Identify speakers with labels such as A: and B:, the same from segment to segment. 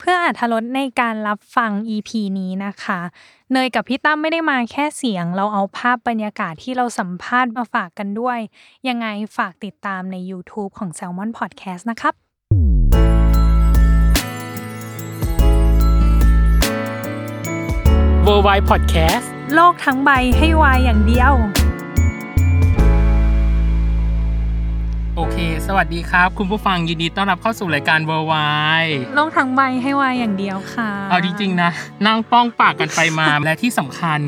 A: เพื่ออาธรสในการรับฟัง EP นี้นะคะ เนยกับพี่ตั้มไม่ได้มาแค่เสียง เราเอาภาพบรรยากาศที่เราสัมภาษณ์มาฝากกันด้วย ยังไงฝากติดตามใน YouTube ของ Salmon Podcast นะครับ
B: w o r l d w i d e Podcast
A: โลกทั้งใบให้วายอย่างเดียว
B: โอเค สวัสดีครับ คุณผู้ฟังยินดีต้อนรับเข้าสู่รายการ w o r l d w i d e
A: โลกทั้งใบให้วายอย่างเดียวค่ะ
B: เอาจริงๆนะ นั่งป้องปากกันไปมา และที่สำคัญ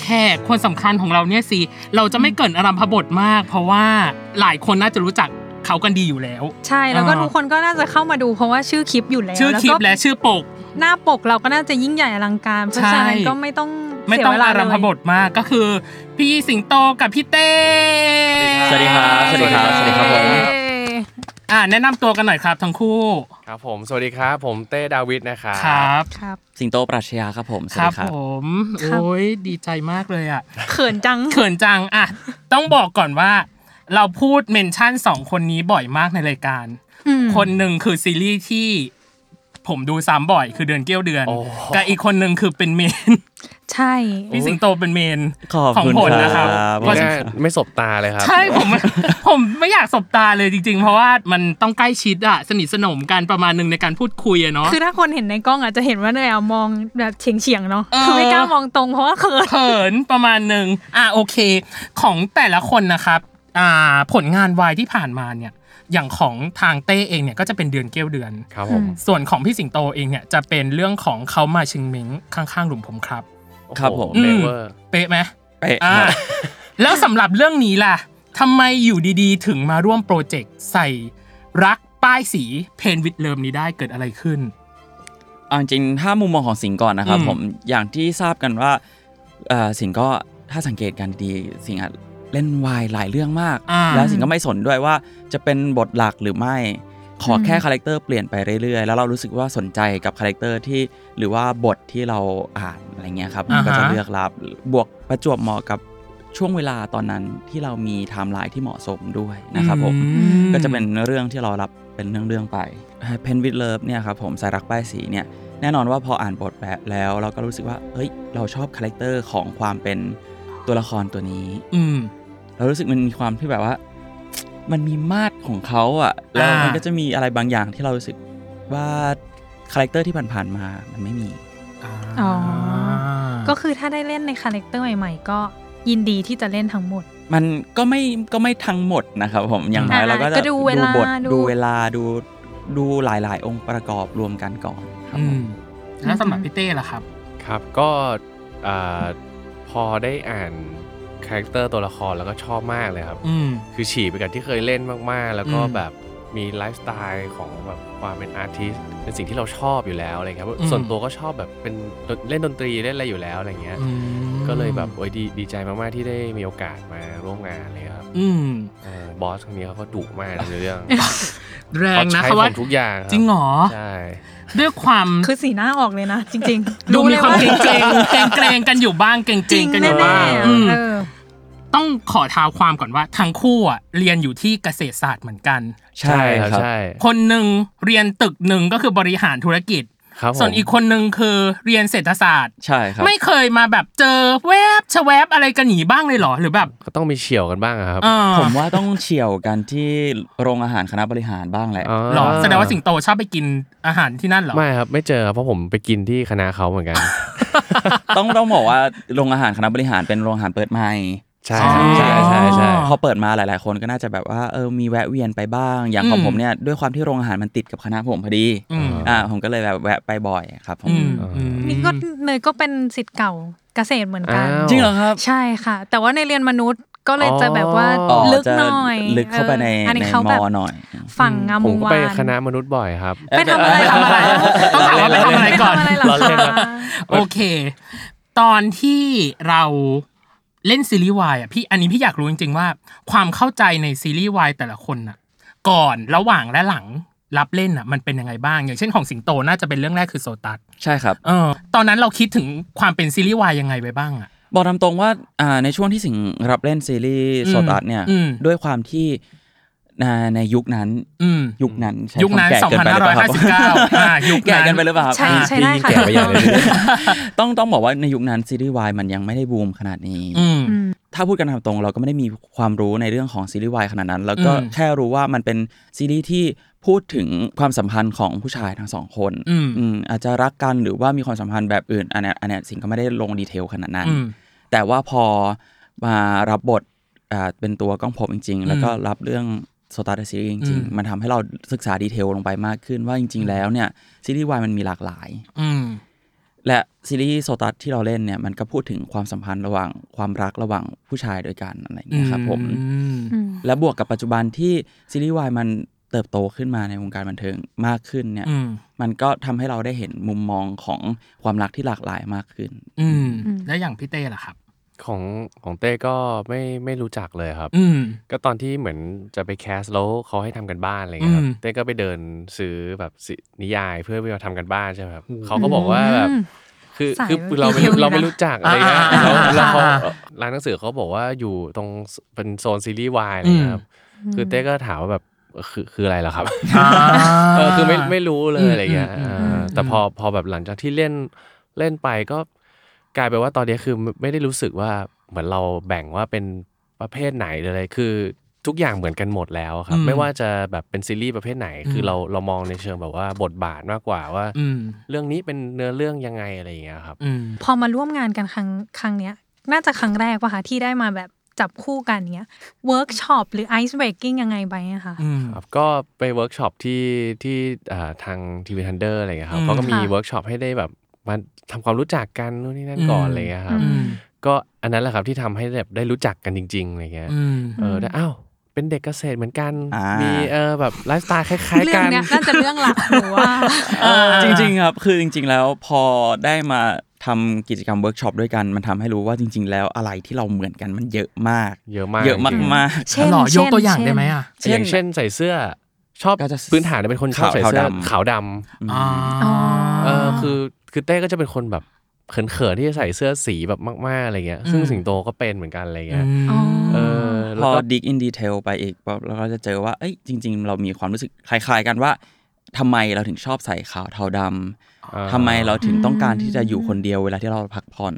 B: แขกคนสำคัญของเราเนี่ยสิ เราจะไม่เกรินอารัมพบทมาก เพราะว่าหลายคนน่าจะรู้จักเขากันดีอยู่แล้ว
A: ใช่แล้วก็
B: อ่า
A: ทุกคนก็น่าจะเข้ามาดูเพราะว่าชื่อคลิปอยู่แล้ว
B: ชื่อคลิป
A: แล้
B: และ
A: วก็
B: ชื่อปก
A: หน้าปกเราก็น่าจะยิ่งใหญ่อลังการเพราะ
B: ใช่
A: ฉะนั้นก็ไม่ต้อง
B: ไม่
A: เสีย
B: ต้อง
A: เวลา
B: อารัมพบ
A: เลย
B: ทมากก็คือ พี่สิงโตกับพี่เต้
C: สวัสดีครับสวัสดีครับสวัสดีครับผม
A: เย้
B: อ่าแนะนำตัวกันหน่อยครับทั้งคู่
C: ครับผม สวัสดีครับ ผมเต้ดาวิดนะครับ
B: ครับ
A: ครับ
D: สิงโตปรัชญาครับผมส
B: ค
D: วัส
B: รับ
D: ดีครับ
B: ผมโอ้ยดีใจมากเลยอ่ะ
A: เขินจัง
B: เขินจังอะต้องบอกก่อนว่า เราพูดเมนชั่นสองคนนี้บ่อยมากในรายการ
A: อืม
B: คนหนึ่งคือซีรีส์ที่ ผมดูซ้ำบ่อย คือเดือนเกี้ยวเดือน
C: โอ้
B: กับอีกคนหนึ่งคือเป็นเมน
A: ใช่
B: พี่สิงโตเป็นเมน
D: ขอบ
B: ของ
D: คุณ
B: ผลนะครับ
D: ครับ
B: เพราะ
D: ขอบ
C: ไม่
D: คุณ
C: ไม่สบตาเลยครับ
B: ใช่ผม ผมไม่อยากสบตาเลยจริง ๆ เพราะว่ามันต้องใกล้ชิดอะสนิทสนมกันประมาณหนึ่งในการพูดคุยอะเนาะ
A: คือถ้าคนเห็นในกล้องอาจจะเห็นว่าเนยอะมองแบบเฉียงเฉียงๆเนาะ
B: เออ
A: คือไม่กล้ามองตรงเพราะว่าเขิน
B: เขินประมาณหนึ่งอ่ะโอเค ของแต่ละคนนะครับ อ่า ผลงานวายที่ผ่านมาเนี่ย อย่างของทางเต้เองเนี่ยก็จะเป็นเดือนเกี้ยวเดือน
C: ครับผม
B: ส่วนของพี่สิงโตเองเนี่ยจะเป็นเรื่องของเขามาชิงเม้งข้างๆหลุมผมครับ
D: ครับผม
C: เลเวอร์
B: เป๊ะไหม
D: เป๊ะ
B: อ่า แล้วสำหรับเรื่องนี้ล่ะทำไมอยู่ดีๆ ถึงมาร่วมโปรเจกต์ใส่รักป้ายสีเพนวิดเลิมนี้ได้เกิดอะไรขึ้น
D: เอาจริงๆถ้ามุมมองของสิงห์ก่อนนะครับ
B: อืม
D: ผมอย่างที่ทราบกันว่าเอ่อสิงห์ก็ถ้าสังเกตกันดีสิงห์อะเล่นวายหลายเรื่องมาก
B: อ่า
D: แล้วสิงห์ก็ไม่สนด้วยว่าจะเป็นบทหลักหรือไม่ ขอแค่คาแรคเตอร์เปลี่ยนไปเรื่อยๆ แล้วเรารู้สึกว่าสนใจกับคาแรคเตอร์ที่หรือว่าบทที่เราอ่านอะไรเงี้ยครับผมก็
B: อ่า
D: จะ
B: ฮะ
D: เลือกรับบวกประจวบเหมาะกับช่วงเวลาตอนนั้นที่เรามีไทม์ไลน์ที่เหมาะสมด้วยนะครับผม
B: อื
D: ก็จะเป็นเรื่องที่เรารับเป็นเรื่องๆไปเพนวิดเลิฟเนี่ยครับผมสายรักป้ายสีเนี่ยแน่นอนว่าพออ่านบทแบบแล้วเราก็รู้สึกว่าเฮ้ยเราชอบคาแรคเตอร์ของความเป็นตัวละครตัวนี้
B: อืม
D: เรารู้สึกมันมีความที่แบบว่า มันมีมาดของเขาอ่ะแล้ว
B: อ่ามั
D: มันก็จะมีอะไรบางอย่างที่เรารู้สึกว่าคาแรคเตอร์ที่ผ่านๆมามันไม่มี
A: อ๋อ ก็คือถ้าได้เล่นในคาแรคเตอร์ใหม่ๆ ก็ยินดีที่จะเล่นทั้งหมด
D: มันก็ไม่ก็ไม่ทั้งหมดนะครับผมอย่างน้อย
A: อ่า
D: เราก็
A: ก็
D: จะ
A: ดูเวลา
D: บท
A: ดู
D: ดูเวลาดูดูหลาย ๆ องค์ประกอบรวมกันก่อนครับ
B: อื
D: ผม
B: มแล้วสำหรับพี่เต้ล่ะครับ
C: ครับ ก็อ่าพอได้อ่านคาแรคเตอร์ตัวละครแล้วก็ชอบมากเลยครับ
B: อืม
C: คือฉีกไปกับที่เคยเล่นมากๆ แล้วก็
B: อืม
C: แบบมีไลฟ์สไตล์ของแบบความเป็นอาร์ติสเป็นสิ่งที่เราชอบอยู่แล้วอะไรครับ
B: อืม
C: ส่วนตัวก็ชอบแบบเป็นเล่นดนตรีเล่นอะไรอยู่แล้วอะไรเงี้ย
B: อืม
C: ก็เลยแบบโอ้ยดีดีใจมากๆที่ได้มีโอกาสมาร่วมงานเลยครับ
B: อืม
C: เออบอสคนนี้เขาก็ดุมากในเรื่อง
B: แรง
C: เขา
B: นะ
C: ใช้
B: เขา
C: ข
B: ว่า
C: องทุกอย่างคบ
B: จริงเหรอ
C: ใช่
B: ด้วยความ
A: คือสีหน้าออกเลยนะ จริงๆ
B: ดูมีความเก
A: รู้ล
B: รง
A: ย
B: เกรงๆเกรงๆกันอยู่บ้างเกรง
A: จ
B: เกร
A: ริ
B: ง
A: ง
B: ๆกันอ
A: แน่
B: ยู่
A: ๆ
B: บ้าง
A: อะ
B: อืม
A: เออ
B: ต้องขอเท้าความก่อนว่าทั้งคู่อ่ะเรียนอยู่ที่เกษตรศาสตร์เหมือนกัน
C: ใช่ครับใช่
B: คนหนึ่งเรียนตึกหนึ่งก็คือบริหารธุรกิจ
C: ครับผม
B: ส่วนอีกคนนึงคือเรียนเศรษฐศาสตร์
D: ใช่ครับ
B: ไม่เคยมาแบบเจอแวบชะแวบอะไรกันหนีบ้างเลยเหรอหรือแบบ
C: ก็ต้องมีเฉียวกันบ้างอะครับ
B: เออ
D: ผมว่าต้องเฉี่ยวกันที่โรงอาหารคณะบริหารบ้างแหละ
C: า
B: หรอแสดงว่าสิงโตชอบไปกินอาหารที่นั่นเหรอ
C: ไม่ครับ ไม่เจอครับเพราะผมไปกินที่คณะเขาเหมือนกัน
D: ต้องต้องบอกว่าโรงอาหารคณะบริหารเป็นโรงอาหารเปิดใหม่
C: ใช่
B: อ๋อ
C: ใช่ใช่ใช่
D: พอเปิดมาหลาย ๆ คนก็น่าจะแบบว่าเออมีแวะเวียนไปบ้าง อย่างของ
B: อืม
D: ผมเนี่ยด้วยความที่โรงอาหารมันติดกับคณะผมพอดี
B: อืม
D: อ่าผมก็เลยแบบแวะไปบ่อยครับผม
B: อืมอืม
A: นี่ก็เนยก็เป็นสิทธิ์เก่าเกษตรเหมือนกัน
C: อ้าว
D: จริงเหรอครับ
A: ใช่ค่ะ แต่ว่าในเรียนมนุษย์ก็เลยจะแบบว่า
C: อ๋อ
A: ลึกหน่อย
D: จะลึกเข้าไปใน
A: อออันนี้
D: ใน
A: เขาแบบ
D: มอหน่อย
A: ฝั่งงาม
C: ผ
A: ว
C: ม
A: ง
C: ก็
A: วา
C: ไป
A: น
C: คณะมนุษย์บ่อยครับ
A: ไปทำอะไรทำอะไร
B: ต้องถามว่าไปทำอะไรก่อน
A: ปทำอะไร
C: ล้อเล่น
A: ล่ะ
C: ครั
A: คะ
C: บ
B: โอเค ตอนที่เราเล่นซีรีส์วายอ่ะพี่อันนี้พี่อยากรู้จริงๆว่า ความเข้าใจในซีรีส์วายแต่ละคนน่ะ ก่อนระหว่างและหลังรับเล่นอ่ะ มันเป็นยังไงบ้าง อย่างเช่นของสิงโตน่าจะเป็นเรื่องแรกคือโซตัส
D: ใช่ครับ
B: เออ ตอนนั้นเราคิดถึงความเป็นซีรีส์วายยังไงไปบ้างอ่ะ
D: บอกตามตรงว่าอ่าในช่วงที่สิงห์รับเล่นซีรีส์
B: อืม
D: โซตัสเนี่ย
B: อืม
D: ด้วยความที่ในในยุคนั้น
B: อืม
D: ยุคนั้นใช้
B: ยุคนั้น
D: วามแก่เกิไปรือเปล่
B: 2559อ่ายุคนั้น
D: แก่กันไปหรือเปล่าครับ
A: ใช่
D: อ่า
A: ใช่ได้ค่ะ
C: แก่ไปอย่างเดียวเลย
D: ต้องต้องบอกว่าในยุคนั้นซีรีส์วายมันยังไม่ได้บูมขนาดนี้
B: อืม
A: อืม
D: ถ้าพูดกันตามตรงเราก็ไม่ได้มีความรู้ในเรื่องของซีรีส์วายขนาดนั้น แล้วก็
B: อืม
D: แค่รู้ว่ามันเป็นซีรีส์ที่พูดถึงความสัมพันธ์ของผู้ชายทั้งสองคน
B: อืม
D: อืมอาจจะรักกันหรือว่ามีความสัมพันธ์แบบอื่นอันเนี้ยอันเนี้ยสิงก็ไม่ได้ลงดีเทลขนาดนั้น
B: อืม
D: แต่ว่าพอมารับบทอ่าเป็นตัวก้องผมจริง ๆ แล้วก็รับเรื่องโซตาร์ซีรีส์จ
B: อื
D: ริง
B: ม
D: ๆ มันทำให้เราศึกษาดีเทลลงไปมากขึ้นว่าจริง ๆ แล้วเนี่ยซีรีส์วายมันมีหลากหลาย
B: อืม
D: และซีรีส์โซตัสที่เราเล่นเนี่ยมันก็พูดถึงความสัมพันธ์ระหว่างความรักระหว่างผู้ชายด้วยกันอะไรอย่างเงี้ยครับผม
A: อืม
D: และบวกกับปัจจุบันที่ซีรีส์วายมันเติบโตขึ้นมาในวงการบันเทิงมากขึ้นเนี่ย
B: อืม
D: มันก็ทำให้เราได้เห็นมุมมองของความรักที่หลากหลายมากขึ้น
B: อืม
A: อืม
B: แล้วอย่างพี่เต้ล่ะครับ
C: ของของเต้ก็ไม่ไม่รู้จักเลยครับ
B: อืม
C: ก็ตอนที่เหมือนจะไปแคสแล้วเขาให้ทำกันบ้านอะไรเงี้ยครั
B: อื
C: บ
B: ม
C: เต้ก็ไปเดินซื้อแบบสินิยายเพื่อไปทำกันบ้านใช่ไหมครับเขาก็บอกว่าแบบ
A: อืม
C: คือ
A: สาย
C: คือเราไม่
A: PQ
C: เราไม่
A: นะ
C: รู้จักอะไรเงี้ย
B: อ่า
C: แล้วแล้วเขา
B: อ่า
C: ร้านหนังสือเขาบอกว่าอยู่ตรงเป็นโซนซีรีส์วายอะไรเงี้ยครับคือเต้ก็ถามว่าแบบคือคืออะไรล่ะครับ เออคือไม่ไม่รู้เลยอะไรเงี้ย
B: อืมอืม
C: เอออ
B: ม
C: แต่พอพอแบบหลังจากที่เล่นเล่นไปก็กลายไปนว่าตอนนี้คือไม่ได้รู้สึกว่าเหมือนเราแบ่งว่าเป็นประเภทไหนหรืออะไรคือทุกอย่างเหมือนกันหมดแล้วครับ
B: อืม
C: ไม่ว่าจะแบบเป็นซีรีส์ประเภทไหน คืออ
B: ม
C: เราเรามองในเชิงแบบว่าบทบาทมากกว่าว่า
B: อืม
C: เรื่องนี้เป็นเนื้อเรื่องยังไงอะไรอย่างเงี้ยครับ
B: อืม
A: พอมาร่วมงานกันครั้งครั้งเนี้ย น่าจะครั้งแรกป่ะคะที่ได้มาแบบจับคู่กันเนี้ยเวิร์กช็อปหรือไอซ์เบรกกิ้งยังไงไปอะคะ
B: อืม
C: ครับก็ไปเวิร์กช็อปที่ที่อ่าทางทีวีทันเดอร์อะไรอย่างเงี้ยครั
B: อื
C: บ
B: ม
C: เขาก็มี
A: ค่ะ
C: เวิร์กช็อปให้ได้แบบมาทำความรู้จักกันนู่นนี่นั่นก่อน
B: อืม
C: อะไรอย่างเงี้ยครับ
A: อืม
C: ก็อันนั้นแหละครับที่ทำให้แบบได้รู้จักกันจริงๆอะไรเงี้ย
B: อืม
C: เออได้อ้าวเป็นเด็กเกษตรเหมือนกัน
D: อ่า
C: มี
D: มี
C: เออแบบไลฟ์สไตล์คล้ายๆ
A: เรื่อ
C: กั
A: ง
C: น
A: เนี้ ยน่าจะเรื่องหลักหรือว่า
D: จริงๆครับคือจริง ๆ แล้วพอได้มาทำกิจกรรมเวิร์กช็อปด้วยกัน มันทำให้รู้ว่าจริง ๆ แล้วอะไรที่เราเหมือนกันมันเยอะมาก
C: เยอะมาก
D: เยอะ
C: จริงๆ
D: มาก
A: เช่น
B: หล่อยก
A: เช่น
B: ตัวอย่าง
A: เช่น
B: ได้ไหมอ่ะ
D: ๆ
C: อย่างเช่นใส่เสื้อชอบ
D: ก็จะ
C: พื้นฐานเนี่ยเป็นคนชอบใส่เสื้อ
D: ขาวดำ
C: ขาวดำ
D: อืม
B: อ๋ออ
C: เออคือคือเต้ก็จะเป็นคนแบบเขินๆที่จะใส่เสื้อสีแบบมากๆอะไรเงี้ยซึ่ง
B: อืม
C: สิงโตก็เป็นเหมือนกันอะไรเงี้ย
B: อืม
A: อ๋อ
C: เออ
D: พ
C: แล้ว
D: อ
C: ก็
D: dig in detail ไปอีกปุ๊บเราก็จะเจอว่า เอ้ย จริง ๆ เรามีความรู้สึกคล้าย ๆ กันว่าทำไมเราถึงชอบใส่ขาวเทาดำ
C: อ่า
D: ทำไมเราถึงต้องการ
A: อืม
D: ที่จะอยู่คนเดียวเวลาที่เราพักผ่อน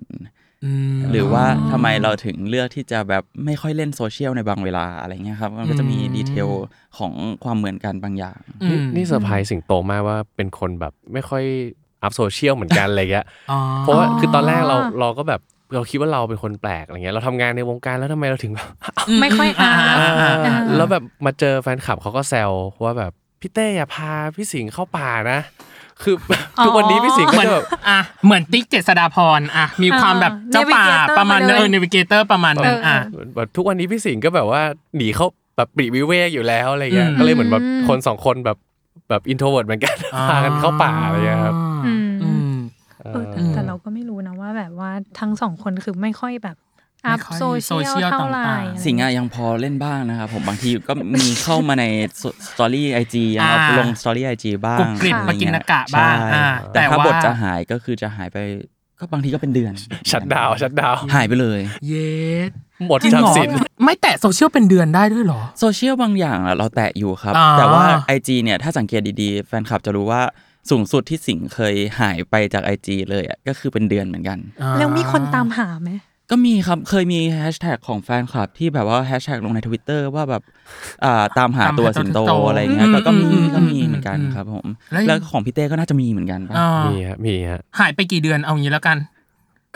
B: ม
D: หรือว่าทำไมเราถึงเลือกที่จะแบบไม่ค่อยเล่นโซเชียลในบางเวลาอะไรเงี้ยครับ มันก็จะมี
B: อืม
D: ดีเทลของความเหมือนกันบางอย่าง
B: อืม
C: นี่เซอร์ไพรส์สิงโตมากว่าเป็นคนแบบไม่ค่อยอัพโซเชียลเหมือนกันอะไรเงี้ย
B: อ๋อ
C: เพราะว่าคือตอนแรกเราเราก็แบบเราคิดว่าเราเป็นคนแปลกอะไรเงี้ยเราทำงานในวงการแล้วทำไมเราถึงแบบ
A: ไม่ค่อยอ่า อ่า
C: แล้วแบบมาเจอแฟนคลับเขาก็แซวว่าแบบพี่เต้อย่าพาพี่สิงห์เข้าป่านะ คือ ทุกวันนี้พี่สิงห์
B: เห
C: ก็
B: มือน
C: จะแบบ
B: อ่ะเหมือนติ๊กเจษดาพรอ่ะมีความแบบเจ้าป่า
A: Navigator
B: ประมาณ
A: มาเลย
B: เออเนวิเกเตอร์ประมาณนึ
A: เอ
B: ง
A: ออ่
B: อ่ะ
C: แบบทุกวันนี้พี่สิงห์ก็แบบว่าหนีเข้าแบบปรีวิเวกอยู่แล้วอะไรเงี้ย
B: อืม
C: ก็เลยเหมือนแบบคนสองคนแบบแบบอินโทรเวิร์ดเหมือนกันพากันเข้าป่าอะไรเงี้ยครับ
A: อืม
B: อืม
A: เออแต่แต่เราก็ไม่รู้นะว่าแบบว่าทั้งสองคนคือไม่ค่อยแบบ
B: ไม่
A: อัพ
B: ค่อย
A: โซเชียล
B: social
A: เท่าไหร่
B: ต่างๆ
A: อะไร
D: สิ่งอะยังพอเล่นบ้างนะครับผมบางทีก็มีเข้ามาในสตอรี่ไอจี
B: อ่า
D: ลงสตอรี่ไอจีบ้าง
B: กรุบกริบ
D: อไรเงี้ย
B: มากินอากาศบ้าง
D: ใช่
B: อ่า
D: แต่
B: แต่
D: ถ้า
B: ว่า
D: บทจะหายก็คือจะหายไปก็บางทีก็เป็นเดือน
C: ชัดดาวน์ชัดดาวน์
D: หายไปเลย
B: เยส
C: หมดทรัพย์สิน
B: ไม่แตะโซเชียลเป็นเดือนได้ด้วยเหรอ
D: โซเชียลบางอย่างอะเราแตะอยู่ครับ
B: อ่า
D: แต่ว่า IG เนี่ยถ้าสังเกตดีๆ แฟนคลับจะรู้ว่า สูงสุดที่สิงห์เคยหายไปจาก IG เลยอ่ะก็คือเป็นเดือนเหมือนกัน
B: อ่า
A: แล้วมีคนตามหาไหม
D: ก็มีครับเคยมีแฮชแท็กของแฟนคลับที่แบบว่าแฮชแท็กลงในทวิตเตอร์ว่าแบบอ่าตามหาตัวสิงโตอะไรเงี้ยก็ก็มีก็มีเหมือนกันครับผม แล้วของพี่เต้ก็น่าจะมีเหมือนกันป่ะ
B: อ่า
C: มีฮะมีฮะ
B: หายไปกี่เดือนเอางี้แล้วกัน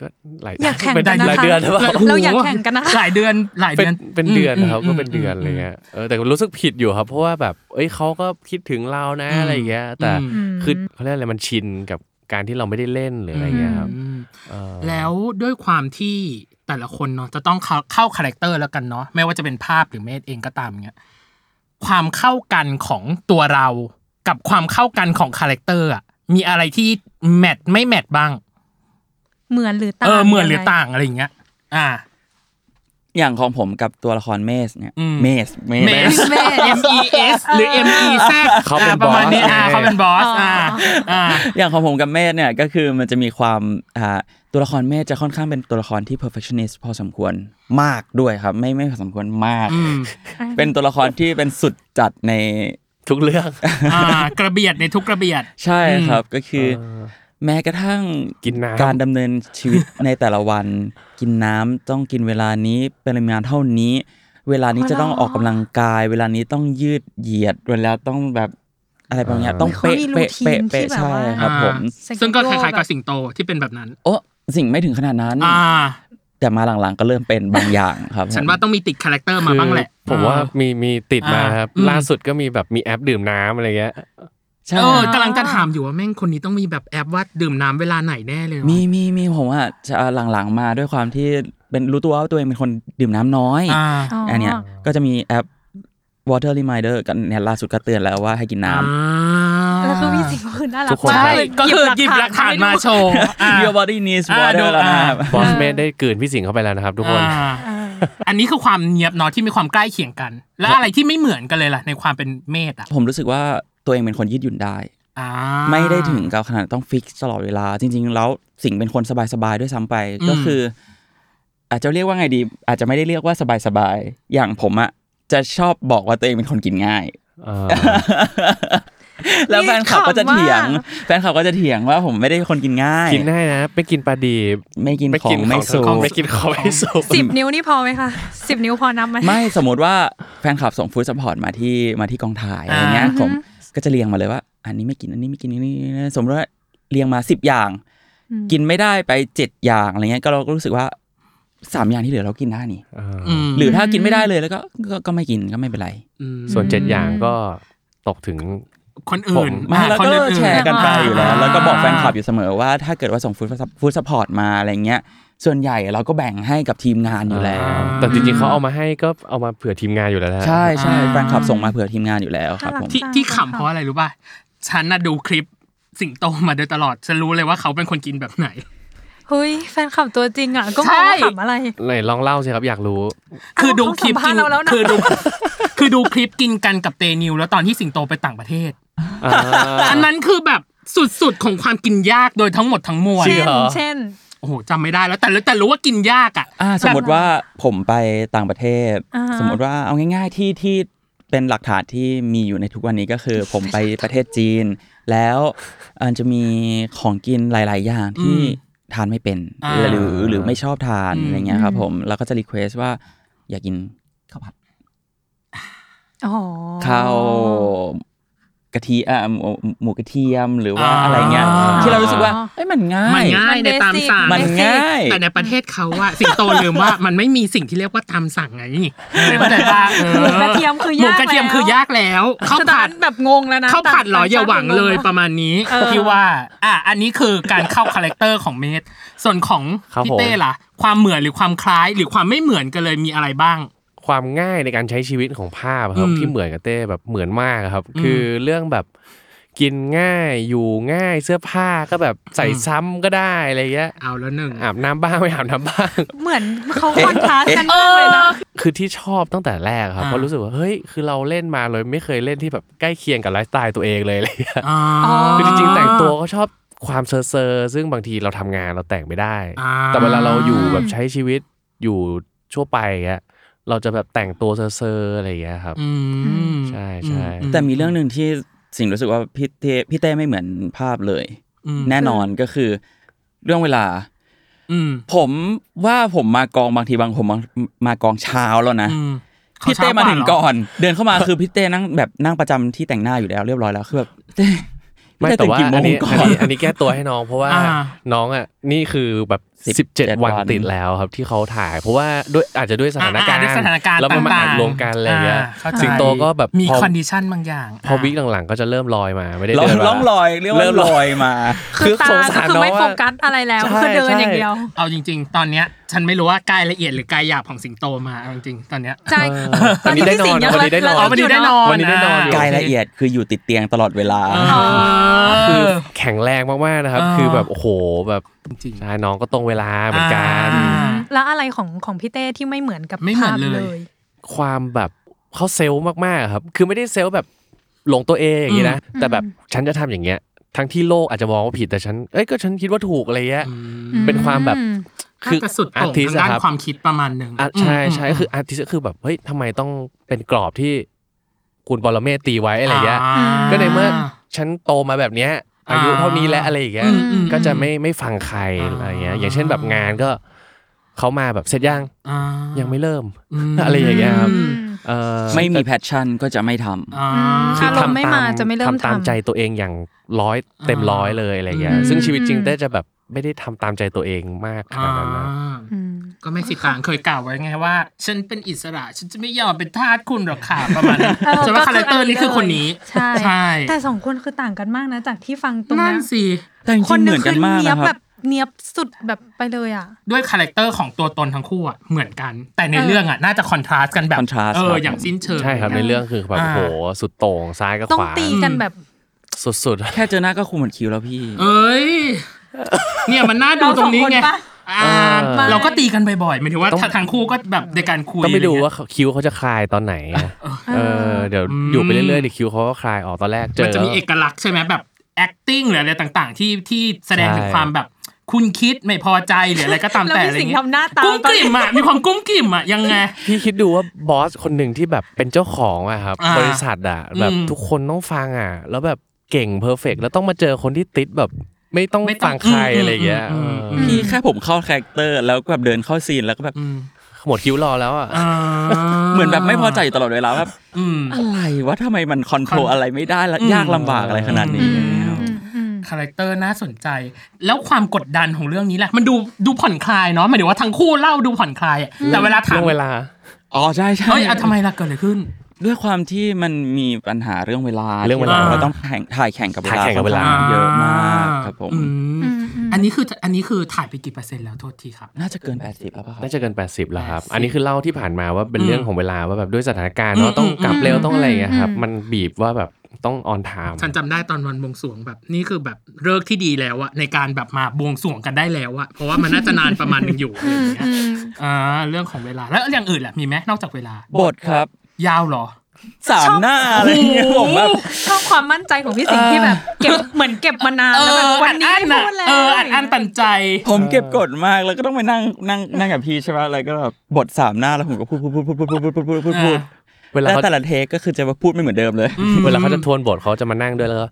C: ก็หลาย
A: อยากแข่ง
C: เป็น
A: กันนะคะ
C: หลายเดือนหรือเปล่า
A: เราอยากแข่งกันนะคะ
B: หลายเดือนหลาย
C: เป็
B: เดือน
C: นเป็นเดือนนะครับก็เป็นเดือน
B: ม
C: อะไรเงี้ยเออแต่ก็รู้สึกผิดอยู่ครับ เพราะว่าแบบเอ้ยเขาก็คิดถึงเรานะ
B: อืม
C: อะไรเงี้ย แต่
B: อื
A: ม
C: คือเขาเรียกอะไรมันชินกับการที่เราไม่ได้เล่นหรืออะไรเงี้ยครับ
B: อืม
C: เออ
B: แล้วด้วยความที่แต่ละคนเนาะจะต้องเข้าเข้าคาแรคเตอร์แล้วกันเนาะไม่ว่าจะเป็นภาพหรือเมธเองก็ตามเงี้ยความเข้ากันของตัวเรา กับความเข้ากันของคาแรคเตอร์อะมีอะไรที่แมทไม่แมทบ้าง
A: เหมือนหรือต่าง
B: เออเหมือนหรื
A: ยั
B: อง
A: ไง
B: ต่างอะไรอย่างเงี้ย อ่า
D: อย่างของผมกับตัวละครเมสเนี่ย
B: อืม
D: เมสเมส
B: เมส M E S หรือ M E Z
C: เขาเป็น
B: ป
C: บ
B: ระ
C: อ
B: มาณ
C: ส
B: นี้อ่าเขาเป็นบอสอ่าอ่า
D: อย่างของผมกับเมธเนี่ยก็คือมันจะมีความอ่าตัวละครเมธจะค่อนข้างเป็นตัวละครที่ perfectionist พอสมควรมากด้วยครับ ไม่ไม่พอสมควรมาก
B: อืม
D: เป็นตัวละครที่เป็นสุดจัดใน
C: ทุกเรื่อง
B: อ่ากระเบียดในทุกกระเบียด
D: ใช่ครับก็คือ
C: เออ
D: แม้กระทั่ง
C: กินน้ำ
D: การดำเนินชีวิต ในแต่ละวัน กินน้ำต้องกินเวลานี้ปริมาณเท่านี้ เวลานี้จะต้องออกกำลังกาย เวลานี้ต้องยืดเหยียดเวลาต้องแบบอะไรบางอย่างต้อง
A: เขา
D: เป๊ะ
A: มี
D: เป๊ะ
A: routine
D: เป๊ะ
A: ที่
D: เป๊ะ
A: แบบ
D: ใช่
A: ว่า
D: ครับผม
A: สเก็ตโลก
B: ซึ่งก็คล้ายๆกับสิงโตที่เป็นแบบนั้น
D: โอ้สิ่งไม่ถึงขนาดนั้น
B: อ่า
D: แต่มาหลังๆก็เริ่มเป็นบางอย่างครับผม
B: ฉันว่าต้องมีติดคาแรคเตอร์มาบ้างแหละ
C: ผมว่ามีมีติดมาครับ
B: อ่าอืม
C: ล่าสุดก็มีแบบมีแอปดื่มน้ำอะไรเงี้ย
D: ใช่
B: เออกำลังจะถามอยู่ว่าแม่งคนนี้ต้องมีแบบแอปว่าดื่มน้ำเวลาไหนแน่เลยเหรอ
D: มีมีมีผมว่าจะหลังๆมาด้วยความที่เป็นรู้ตัวว่าตัวเองเป็นคนดื่มน้ำน้อย
B: อ่า
D: อันเนี้ยก็จะมีแอป Water Reminder กันเนี่ยล่าสุดก็เตือนแล้วว่าให้กินน้ำ
A: แล้วก็มีสิ่งอื่นน่ารั
C: ทุ
A: ก
C: กคน
A: มาก
B: ใช่
A: เลย
B: ก็คือหยิบหลักฐานมาโชว์อ่า
D: Your body needs
B: อ่า
D: water
B: ดู
D: แล้วนะ
B: อ่า
D: ครับ
C: บอสเมทได้กลืนพี่สิงห์เข้าไปแล้วนะครับ ทุกคน
B: อ่าอันนี้คือความเนียบเนาะที่มีความใกล้เคียงกัน แล้วอะไรที่ไม่เหมือนกันเลยล่ะในความเป็นเมธอ่ะ
D: ผมรู้สึกว่าตัวเองเป็นคนยืดหยุ่นได้
B: อ่า
D: ไม่ได้ถึงกับขนาดต้องฟิกตลอดเวลา จริง ๆ แล้วสิ่งเป็นคนสบายๆด้วยซ้ำไป
B: อืม
D: ก็คือ อาจจะเรียกว่าไงดี อาจจะไม่ได้เรียกว่าสบายๆอย่างผมอะจะชอบบอกว่าตัวเองเป็นคนกินง่าย
C: เออ
D: แล้วแฟนคลับก็จะเถียง แฟนคลับก็จะเถียงว่าผมไม่ได้เป็นคนกินง่าย
C: กินได้นะไปกินปลาดี
D: ไม่กินของไม่สูบ
C: ไปกินของไม่สูบ
A: สิบนิ้วนี่พอไหมคะสิบนิ้วพอนับไหม
D: ไม่สมมติว่าแฟนคลับส่งฟู้ดซัพพอร์ตมาที่มาที่กองถ่ายอะไรเงี้ย
A: อ่า
D: ผมก็จะเรียงมาเลยว่า อันนี้ไม่กินอันนี้ไม่กินอันนี้ไม่กินอันนี้สมมติว่าเรียงมาสิบอย่าง
A: อืม
D: กินไม่ได้ไปเจ็ดอย่างอะไรเงี้ยก็เราก็รู้สึกว่าสามอย่างที่เหลือเรากินได้นี่
B: อืม
D: หรือถ้ากินไม่ได้เลยแล้วก็ก็ก็ไม่กินก็ไม่เป็นไร
B: ม
C: ส่วนเจ็ดอย่างก็ตกถึง
B: คนอื่น
D: ไมาแล้ว
B: คน
D: ก็
B: อื่นๆ
D: แชร์กันไป
A: อ่า
D: อยู่แล้วแล้วก็บอกแฟนคลับอยู่เสมอว่าถ้าเกิดว่าส่งฟู้ดฟู้ดซัพพอร์ตมาอะไรเงี้ย ส่วนใหญ่เราก็แบ่งให้กับทีมงานอยู่แล้ว
C: แต่จริงๆเขาเอามาให้ก็เอามาเผื่อทีมงานอยู่แล้วนะ
D: ใช่ใช่แฟนคลับส่งมาเผื่อทีมงานอยู่แล้วครับผม
B: ที่ที่ขำเพราะอะไรรู้ป่ะฉันน่ะดูคลิปสิงโตมาโดยตลอดฉันรู้เลยว่าเขาเป็นคนกินแบบไหน
A: เฮ้ยแฟนคลับตัวจริงอ่ะก็งง
B: ใช่
A: ว่าขำอะไร
C: ไหนลองเล่าสิครับอยากรู้
B: คือดูคลิป
A: เขาสัมภา
B: กิ
A: ษณ์
B: น
A: เราแล้วนะ
B: คือดู คือดูคลิปกินกันกับเตนิวแล้วตอนที่สิงโตไปต่างประเทศ
C: อ่า
B: อันนั้นคือแบบสุดๆของความกินยากโดยทั้งหมดทั้งมวล
C: จริ
A: เช่น
C: งเหรอ
A: เช่น
B: โอ้โหจำไม่ได้แล้วแต่รู้แต่รู้ว่ากินยากอ่ะ
D: อ่าสมมติว่าผมไปต่างประเทศ
A: อ่าฮะ
D: สมมติว่าเอาง่าย ๆที่ที่เป็นหลักฐานที่มีอยู่ในทุกวันนี้ก็ คือ ผมไปประเทศจีน แล้วเอ่อจะมีของกินหลาย ๆ อย่างที่
B: อื
D: ทานไม่เป็น
B: อ่า
D: หรือหรือไม่ชอบทาน
B: อืม
D: อะไรเงี้ยครับผมแล้วก็จะรีเควสว่าอยากกินข้าวผัด
A: อ๋อ
D: ข้าวกะทิอ่ะหมูหมูกระเทียมหรือว่าอะไรเงี้ยที่เรารู้สึกว่าเอ้ยมันง่า
B: มัน
D: ย
B: ง่ายในตามสั่ง
D: มันง่าย
B: แต่ในประเทศเขาอะ สิงโตลืมว่ามันไม่มีสิ่งที่เรียกว่าตามสั่งไงแต่ว่าเออ
A: หมูกระเทียมคือยาก
B: หมูกระเทียมคือยากแล้ว
A: ข้าผั
B: ข้าว วผั
A: ด
B: ด
A: แบบงงแล้วนะ
B: ข้าวผัดเหรอ
A: ต่งๆ
B: อย่าหวังเลย
A: ต่ๆ
B: ประมาณนี้
A: เออ
B: ที่ว่า อ่ะอันนี้คือการ เข้าคาแรคเตอร์ของเมธส่วนของ
C: ครับ
B: พี่
C: ผม
B: เต้ล่ะ ความเหมือนหรือความคล้ายหรือความไม่เหมือนกันเลยมีอะไรบ้าง
C: ความง่ายในการใช้ชีวิตของภาพครับ
B: อืม
C: ที่เหมือนกับเต้แบบเหมือนมากอะครับ
B: อืม
C: คือเรื่องแบบกินง่ายอยู่ง่ายเสื้อผ้าก็แบบใส่
B: อืม
C: ซ้ำก็ได้อะไรเงี้ย
B: เอาแล้วหนึ่ง
C: อาบน้ำบ้างไม่อาบน้ำบ้าง
A: เหมือนเขาคอนทราสต์กันมากเลยนะ
C: คือที่ชอบตั้งแต่แรกครับ
B: อ่า
C: เพราะรู้สึกว่าเฮ้ยคือเราเล่นมาเลยไม่เคยเล่นที่แบบใกล้เคียงกับไลฟ์สไตล์ตัวเองเลยอะไรเลย
B: อ่า
C: คือจริงๆแต่งตัวก็ชอบความเซอร์เซอร์ซึ่งบางทีเราทำงานเราแต่งไม่ได้
B: อ่
C: แต่เวลาเราอยู่แบบใช้ชีวิตอยู่ชั่วไปอย่างเงี้ยเราจะแบบแต่งตัวเซอร์ๆอะไรอย่างเงี้ยครับ
B: อืม
C: ใช่ใช่
B: อืม
D: แต่มีเรื่องหนึ่งที่ สิ่งรู้สึกว่าพี่เต้พี่เต้ไม่เหมือนภาพเลย
B: อืม
D: แน่นอนก็คือเรื่องเวลา
B: อืม
D: ผมว่าผมมากองบางทีบางผมมามากองเช้าแล้วนะ
B: อืม
D: พี่เต้มาถึงก่อ
B: เช้กว่
D: น เดินเข้ามาคือพี่เต้นั่งแบบนั่งประจำที่แต่งหน้าอยู่แล้วเรียบร้อยแล้วคือแบบเต้
C: ไม่
D: พี่
C: แต่
D: เตื่น
C: ว่า
D: กี่โม
C: อัน
D: ง
C: นี้
D: ก่อ
C: อัน
D: น
C: นี้อันนี้แก้ตัวให้น้องเพราะว่า
B: อ่า
C: น้องอ่ะนี่คือแบบ
D: สิ
C: สิ
D: บบ เจ็
C: เจ็
D: ด
C: ดวัน
D: วัน
C: ติดแล้วครับที่เขาถ่าย เพราะว่าด้วยอาจจะด้วยสถานการณ์
B: อ่ด้วยสถานการณ์
C: แล้วมันมา
B: ต่
C: อั
B: ง
C: ด
B: ๆ
C: รวมกันอะไรเงี้ย
B: าเข้าใจ
C: สิงโตก็แบบ
B: มี
C: พอ
B: คอนดิชันบางอย่าง
C: พอวิก
B: า
C: หลังๆก็จะเริ่มลอยมาไม่ได้
D: ล่อง
C: เดินมา
D: ล่องลอยเรียกว่า
C: เริ่ม
D: ล
C: ล
D: อ
C: อย ย
D: มา
A: คือตาก็คือไม่
C: ว่
A: โฟกัสอะไรแล้วคื
C: ใช่
A: อเดินอย่าง
C: ใช่
A: เดียว
B: เอาจริง ๆ ตอนเนี้ย ฉันไม่รู้ว่ากายละเอียดหรือกายหยาบของสิงโตมาเอาจริงๆตอนเนี้ย
A: ใช่
C: เออวันนี้ได้นอน
A: ต
C: วันนี้ได้นอน
A: เรา
B: วันนี้ได้นอน
C: วันนี้ได้นอนอก
D: ายละเอียดคืออยู่ติดเตียงตลอดเวลา
B: เออ
C: คือแข็งแรงมากๆนะครับ
B: อ่า
C: คือแบบโอ้โหแบบ
B: จริงๆ
C: ใช่น้องก็ตรงเวลาเหมือนกัน
B: อ่า
A: แล้วอะไรของของพี่เต้ที่ไม่เหมือนกับ
B: ไม่เหมือ
A: ภา
B: น
A: พ
B: เลย
A: เลย
C: ความแบบเขาเซลล์มากๆครับ คือไม่ได้เซลล์แบบหลงตัวเองอย่างนี้นะ แต่แบบฉันจะทำอย่างเงี้ย ทั้งที่โลกอาจจะมองว่าผิดแต่ฉัน เอ้ยก็ฉันคิดว่าถูกอะไรเงี้ย เป็นความแบบ
A: อืม
B: คือาจะสุดโต่ง
C: artist
B: ทางด้าน
C: อะรับ
B: ความคิดประมาณหนึ่ง
C: อ่ะใช่ใช่
B: อืม
C: คืออาร์ติสคือแบบเฮ้ยทำไมต้องเป็นกรอบที่คุณบอลเมตตีไว้อะไรเงี้ย
B: า
C: ก็ในเมื่อฉันโตมาแบบเนี้ยอายุเท่านี้และอะไรอย่างเงี้ย
B: อืมอืม
C: ก็จะไม่ไม่ฟังใคร
B: อ่า
C: อะไรเงี้ย อย่างเช่นแบบงานก็เขามาแบบเสร็จยัง
B: อ่า
C: ยังไม่เริ่ม
B: ม
C: อะไรอย่างเงี้ยครับ
B: อืม
C: เออ
D: ไม่มีแพชชั่นก็จะไม่ทำ
B: อ่า
A: คื อารมณ์ไม่มา
C: ทำต
A: จะไม่เริ่ม
C: ทำตาม
A: ทำ
C: ใจตัวเองอย่างร้อยเต็ม
B: อ่า
C: ร้อยเลยอะไรเงี้ยซึ่งชีวิตจริงได้จะแบบไม่ได้ทำตามใจตัวเองมากข
B: อ่า
C: นาดนั้นนะ
A: อืม
B: ก็ไม่สิต่างเคยกล่าวไว้ไงว่า ฉันเป็นอิสระ ฉันจะไม่ยอมเป็นทาสคุณหรอก ค่ะประมาณนั้น
A: เออ
B: ฉันว่า
A: ก็คือ
B: คาแรคเตอร์นี้คือคนนี้
A: ใช่ แต่สองคนคือต่างกันมากนะ จากที่ฟังตรง
B: นั่นสิ
D: แต่จริ
A: คน
D: งๆ
A: ห
D: เห
A: นึ่
D: มื
A: ง
D: อน
A: คื
D: กั
A: อน
D: มาก
A: เนีย
D: นะ
A: บ
D: ค
A: แบ
D: รับ
A: บเนียบสุดแบบไปเลยอ่ะ
B: ด้วยคาแรคเตอร์ของตัวตนทั้งคู่อะเหมือนกัน แต่ใน
A: เออ
B: เรื่องอะน่าจะคอนทราสต์กันแบบ
D: contrast
B: เอ
D: ครั
B: อบ อย่างสิ้นเชิง
C: ใช่ครับในเรื่องคือแบบ
B: อ่า
C: โอ้โหสุดโต่งซ้ายกับ
A: ต้อ
C: ข
A: ง
C: วา
A: ตีกันแบบ
C: สุดๆ
D: แค่เจอหน้าก็คุมเหมือนคิวแล้วพี่
B: เอ้ย เนี่ยมันน่าดูตรงนี้ไง
A: เราสองคนปะ
B: อ่า
C: เออ
B: เราก็ตีกันบ่อยๆหมายถึงว่า
C: ต้อง
B: ทั้งคู่ก็แบบในการคุย
C: ต้องไปดูว่า
B: อะรเงี้
C: เขาคิ้วเขาจะคลายตอนไหนอะเออ เดี๋ยว
B: อืม
C: อยู่ไปเรื่อยๆเดี๋ยวคิ้วเขาก็คลายออกตอนแรกเจ
B: ยมัน
C: อ
B: จะมีเอกลักษณ์ใช่ไหมแบบ acting หรืออะไรต่างๆ ที่ที่แสดงถึง
C: ใช่
B: ความแบบ คุณคิดไม่พอใจหรืออะไรก็ตาม
A: แล้ว
B: แต่
A: มี
B: อะไร
A: สิ่ง
B: เงี้ย
A: ทำหน้าตา
B: กุ้งกลิ่มอะมีความกุ้งกลิ่มอะยังไง
C: พี่คิดดูว่าบอสคนหนึ่งที่แบบเป็นเจ้าของอะครับ
B: อ่า
C: บริษัทอะ
B: อืม
C: แบบทุกคนต้องฟังอะแล้วแบบเก่งเพอร์เฟกแล้วต้องมาเจอคนที่ติดแบบไม่ต้อง
B: ไม่ต้อง
C: ฟังใคร
B: อืม
C: อะไรอย่างเงี้ย
B: อืม
C: เออ
B: อืม
D: พี่แค่ผมเข้าคาแรคเตอร์แล้วก็แบบเดินเข้าซีนแล้วก็แบบ
B: อืม
C: หมดคิ้วรอแล้วอะ
B: อ่า
D: เหมือนแบบไม่พอใจอยู่ตลอดเวลาแบบ
B: อืม
D: อะไรวะทำไมมันคอนโทรลอะไรไม่ได้ละ
B: อืม
D: ยากลำบากอะไรขนาดนี้
A: อืม
D: แล้ว
A: อืมอืม
B: คาแรคเตอร์น่าสนใจ แล้วความกดดันของเรื่องนี้แหละมันดูดูผ่อนคลายเนาะหมายถึงว่าทั้งคู่เล่าดูผ่อนคลายอะแต่เวลาถา
C: เรื่
B: ม
C: องเวลา
D: อ๋อใช่ใช่
B: เอ้ยอ่ะทำไมล่ะเกิดอะไรขึ้น
D: ด้วยความที่มันมีปัญหาเรื่องเวลา
C: เรื่องเวลา
D: ที่เราต้องแข่งถ่ายแข่งกับเวลา
C: ถ่ายแข่งกับเวลา
D: ค่อนข้งเยอะมากครับผม
B: อืม
A: อืมอืม
B: อันนี้คืออันนี้คือถ่ายไปกี่เปอร์เซ็นต์แล้วโทษทีครับ
D: น่าจะเกิน 80 แล้วป่ะครับ
C: น่าจะเกิน 80 แล้วครับ
B: 80
C: อันนี้คือเล่าที่ผ่านมาว่าเป็น
B: อืม
C: เรื่องของเวลาว่าแบบด้วยสถานการณ์
B: อื
C: เนาะ
B: ม
C: ต้อง
B: อืม
C: กลับเร็วต้องอะไรอย่างเงี้ยครับ
A: อืม
C: มันบีบว่าแบบต้องออนไทม์
B: ฉันจำได้ตอนวันบวงสรวงแบบ นี่คือแบบเลิกษ์ที่ดีแล้วอะในการแบบมาบวงสรวงกันได้แล้วอะเพราะว่ามันน่าจะนานประมาณหนึงอยู่อะไรอย่างเงี้ยอ่าเรื่องของเวลาแล้วอย่างอื่นล่ะมีไหมนอกจากเวลา
D: บทครับ
B: ยาวเหรอ
D: สามหน้าอะไรเงี้ยผมแบบ
A: ชอบความมั่นใจของพี่สิงห์ที่แบบเก็บเหมือนเก็บมานานแล้วแบบวันนี้
B: อั
A: ไม่
B: อะ
A: พูดเลย
B: เอออัดอั้นตันใจ
D: ผมเก็บกดมากแล้วก็ต้องไปนั่งนั่งนั่งกับพี่ใช่ไหมแล้วก็แบบบทสามหน้าแล้วผมก็พูดพูดพูดพูดพูดพูดพูดพูดพูดพูด
B: อ่า
C: เวลา
D: แล้ว
C: เขา
D: แต่ละเทคก็คือจะมาพูดไม่เหมือนเดิมเลย
C: เวลาเขาจะทวนบทเขาจะมานั่งด้วยแล้วก็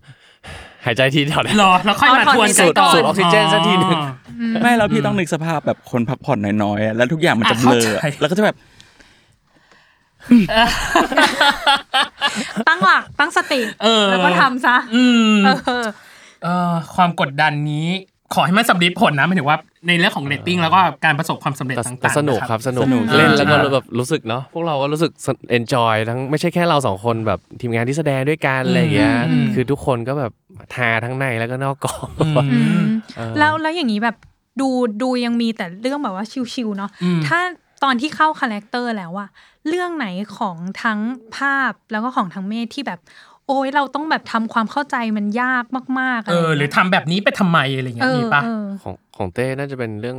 C: หายใจทีเดียวนะ
B: รอแล้วค่อยมา
A: เอาถอน
B: ทวน
A: ใจ
B: กันต่อ
A: สูด
C: ออกซิเจนสักทีหนึ่ง
B: อ๋อ
D: ไม่แล้วพี่ต้องนึกสภาพแบบคนพักผ่อนน้อยๆอะแล้วทุกอย่างมันจะ
B: อ่ะ
D: เบล
B: เข้า
D: อ
B: ใจ
D: แล้วก็จะแบบ
A: ตั้งหลักตั้งสติ
B: เออ
A: แล้วก็ทำซะ
B: อืม
A: เออ
B: เอ่อความกดดันนี้ขอให้มันสำเร็จผลนะหมายถึงว่าในเรื่องของเรตติ้งแล้วก็การประสบความสำเร็จ
C: แต่
B: ต่างๆ
C: แต่สนุกครับสนุก
D: สนุก
C: เล่น
D: ใช่
C: แล้วก็
D: ครับ
C: แบบรู้สึกเนาะพวกเราก็รู้สึกเอนจอยทั้งไม่ใช่แค่เราสองคนแบบทีมงานที่แสดงด้วยกันอะไรอย่างเงี้ย
A: อืม
C: คือทุกคนก็แบบทาทั้งในแล้วก็นอกกอง
B: อืม
A: อืม
C: เออ
A: แล้วแล้วอย่างนี้แบบดูดูยังมีแต่เรื่องแบบว่าชิวๆเนาะ
B: อืม
A: ถ้าตอนที่เข้าคาแรคเตอร์แล้วอะเรื่องไหนของทั้งภาพแล้วก็ของทั้งเมธที่แบบ โอ้ยเราต้องแบบทำความเข้าใจมันยากมากๆอะ
B: เอ
A: ไร
B: อ หรือทำแบบนี้ไปทำไมอะไรอย่าง
A: เอ
B: เงี้ย
A: อ
B: มีปะ
A: เออ
C: ของของเต้น่าจะเป็นเรื่อง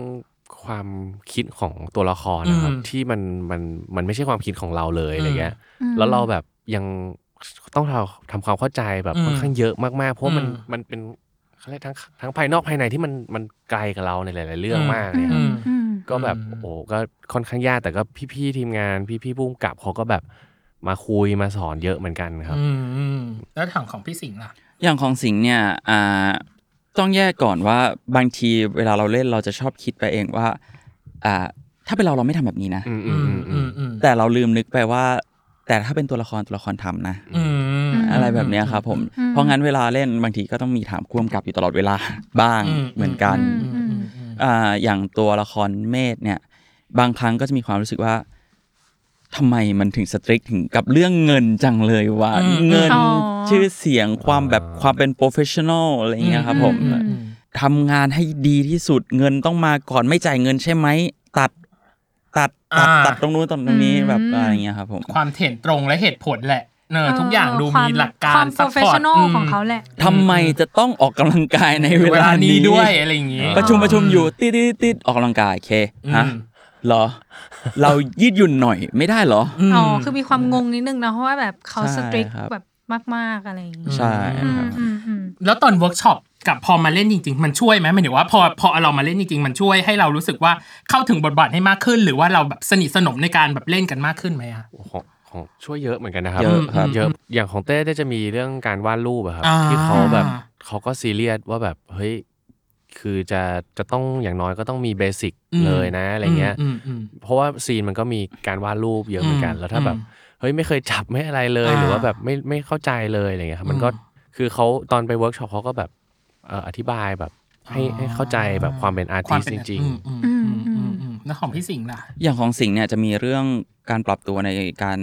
C: ความคิดของตัวละครนะครับ
B: อืม
C: ที่มันมันมันไม่ใช่ความคิดของเราเลย
B: อืม
C: อะไรเงี้ย
A: อืม
C: แล้วเราแบบยังต้องเราทำความเข้าใจแบบ
B: อืม
C: ค่อนข้างเยอะมากๆ เพราะมัน
B: อืม
C: มันเป็นเขาเรียกทั้งทั้งภายนอกภายในที่มันมันไกลกับเราในหลาย ๆ เรื่องมากเนี่ยครับ
A: อืมอืม
C: ก็แบบ
B: อืม
C: โอ้ก็ค่อนข้างยากแต่ก็พี่ๆทีมงานพี่ๆผู้กำกับเขาก็แบบ มาคุยมาสอนเยอะเหมือนกันครับ
B: อืมอืมแล้วถังของพี่สิงห์ล่ะ
D: อย่างของสิงห์เนี่ยอ่าต้องแยกก่อนว่าบางทีเวลาเราเล่นเราจะชอบคิดไปเองว่าอ่าถ้าเป็นเราเราไม่ทำแบบนี้นะ
C: อืมอื
B: อื
C: ม
B: ม
C: อืม
B: อื
C: อืม
B: มอืม
D: แต่เราลืมนึกไปว่า แต่ถ้าเป็นตัวละครตัวละครทำนะ
B: อืม
D: อะไรแบบเนี้ยครับผม
A: อืม
D: เพราะงั้นเวลาเล่นบางทีก็ต้องมีถามพ่วมกับอยู่ตลอดเวลา บ้าง
B: อืม
D: เหมือนกัน
A: อืมอืม
D: อ่าอย่างตัวละครเมธเนี่ยบางครั้งก็จะมีความรู้สึกว่าทำไมมันถึงสตริกถึงกับเรื่องเงินจังเลยว่า
B: อืม
D: เงิน
A: อ๋อ
D: ชื่อเสียงความแบบความเป็นโปรเฟชชั่นอลอะไรอย่างเงี้ยครับผม
A: อืม
B: อืม
D: ทำงานให้ดีที่สุดเงินต้องมาก่อนไม่จ่ายเงินใช่ไหมตัดตัดตัดตัดตรงนู้นตรงนี้แบบอะไรอย่างเงี้ยครับผม
B: ความเห็นตรงและเหตุผลแหละเนอะทุกอย่างดู
A: คว
B: มีหลักการ
A: ความโปรเฟชชั่นอล
B: ม
A: ของเขาแหละ
D: ทำไมจะต้องออกกำลังกายในเว
B: เว
D: ลา
B: ลา
D: นี้
B: นี้ด้วยอะไรอย่างงี้
D: ประชุมประชุมอยู่ติดติดติดออกกำลังกายโอเค
B: อืม
D: ฮะเหรอ เรายืดหยุ่นหน่อยไม่ได้เหรอ
B: ม
A: อ๋อ คือมีความงงนิดนึงนะ เพราะว่าแบบเขา
D: ใช่
A: สตริก
D: ครับ
A: แบบมาก ๆ อะไรอย่างงี้
D: ใช่
A: อืม
D: ครับ
A: อืมอืม
B: แล้วตอนเวิร์กช็อปกับพอมาเล่นจริง ๆ มันช่วยไหมหมายถึงว่าพอพอเรามาเล่นจริง ๆ มันช่วยให้เรารู้สึกว่าเข้าถึงบทบาทให้มากขึ้น หรือว่าเราแบบสนิทสนมในการแบบเล่นกันมากขึ้นไหมอะ
C: ของของช่วยเยอะเหมือนกันนะครับ
D: เยอะครับ
C: เยอะอย่างของเต้เนี่ยจะมีเรื่องการวาดรูปอะครับ
B: อ่า
C: ที่เขาแบบเขาก็ซีเรียสว่าแบบเฮ้ยคือจะจะต้องอย่างน้อยก็ต้องมีเบสิกเลยนะอะไรเงี้ย
B: มอืม
C: เพราะว่าซีนมันก็มีการวาดรูปเยอะเหมือนกัน
B: อืม
C: แล้วถ้าแบบ
B: อืม
C: เฮ้ยไม่เคยจับไม่อะไรเลย
B: อ่า
C: หรือว่าแบบไม่ไม่เข้าใจเลยอะไรเงี้ยครับมันก็
B: อืม
C: คือเขาตอนไปเวิร์กช็อปเขาก็แบบเอ่ออธิบายแบบให้
B: อ๋อ
C: ให้เข้าใจแบบความเป็นอาร์
B: ค
C: ติ
B: วาม
C: ส
B: เป็น
C: จริง
B: อืมอืมอืมอืม
A: อืม
B: แล้วของพี่สิงห์ล่ะ
D: อย่างของสิงห์เนี่ยจะมีเรื่องการปรับตัวในการ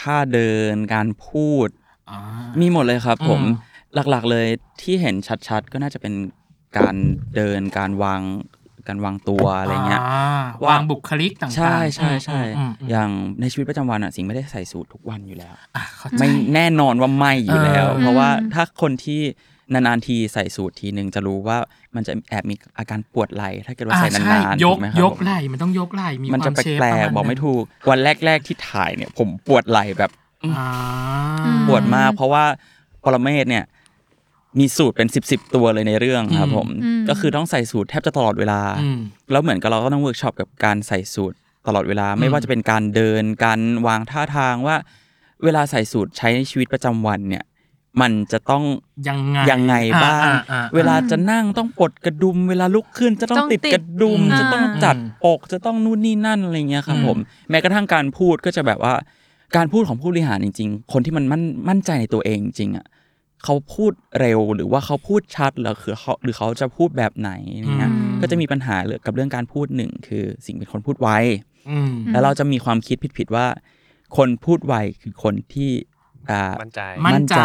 D: ท่าเดินการพูด มีหมดเลยครับ ผม
B: อืม
D: หลักๆเลยที่เห็นชัดๆ ก็น่าจะเป็นการเดินการวางการวางตัวอะไรเงี้ย ว่า
B: วางบุคลิกต่างๆ
D: ใช่ใช่ใช่
B: อืมอืม
D: อย่างในชีวิตประจำวันอ่ะสิงห์ไม่ได้ใส่สูททุกวันอยู่แล้ว
B: อ่ะเข้าใจ
D: ไม่แน่นอนว่าไม่อยู่แล้ว
B: เออ
D: เพราะว่า
A: อืม
D: ถ้าคนที่นานๆทีใส่สูตรทีหนึ่งจะรู้ว่ามันจะแอบมีอาการปวดไหล่ถ้าเกิดว่า
B: อ่ะ
D: ใส่น
B: ใช่
D: าน
B: ย
D: ๆถู
B: ก
D: ไหมครับ
B: ยกไหล่มันต้องยกไหล่มี
D: มันจะ
B: ความ
D: แ
B: เชฟ
D: ปล
B: ระาณ
D: ก
B: นั้น
D: ๆบอกไม่ถูกวันแรก ๆที่ถ่ายเนี่ย ผมปวดไหล่แบบ
B: อ่า
D: ปวดมาก เพราะว่าปรเมศเนี่ยมีสูตรเป็นสิบสิบตัวเลยในเรื่องครับ ผม
A: อืม
D: ก็คือต้องใส่สูตรแทบจะตลอดเวลา
B: อืม
D: แล้วเหมือนกับเราก็ต้องเวิร์กช็อปกับการใส่สูตรตลอดเวลา ไม่ว่าจะเป็นการเดินการวางท่าทางว่า เวลาใส่สูตรใช้ในชีวิตประจำวันเนี่ย มันจะต้อง
B: ยังไง
D: ยังไงบ้าง
B: อ่อ่อ่อ่
D: เวลาจะนั่งต้องปลดกระดุม เวลาลุกขึ้นจะต้อ
A: ต้อ
D: ง
A: ง
D: ติด
A: ติด
D: กระดุม
A: อ่า
D: จะต้องจัดปกจะต้องนู่นนี่นั่นอะไรเงี้ยครับ
B: อืม
D: ผม แม้กระทั่งการพูดก็จะแบบว่า การพูดของผู้บริหารจริง ๆ คนที่มันมั่นมั่นใจในตัวเองจริงๆอ่ะเขาพูดเร็วหรือว่าเขาพูดชัดหรือคือเขาหรือเขาจะพูดแบบไหนเนี่ย
A: อืม
D: ก็จะมีปัญหาเรื่องกับเรื่องการพูดหนึ่งคือสิ่งเป็นคนพูดไว
B: อืม
D: แล้วเราจะมีความคิดผิดๆว่า คนพูดไวคือคนที่อ่า
C: ๆ มั่นใจ
D: มั่
B: มั่
D: น
B: น
D: ใจ
B: ใจ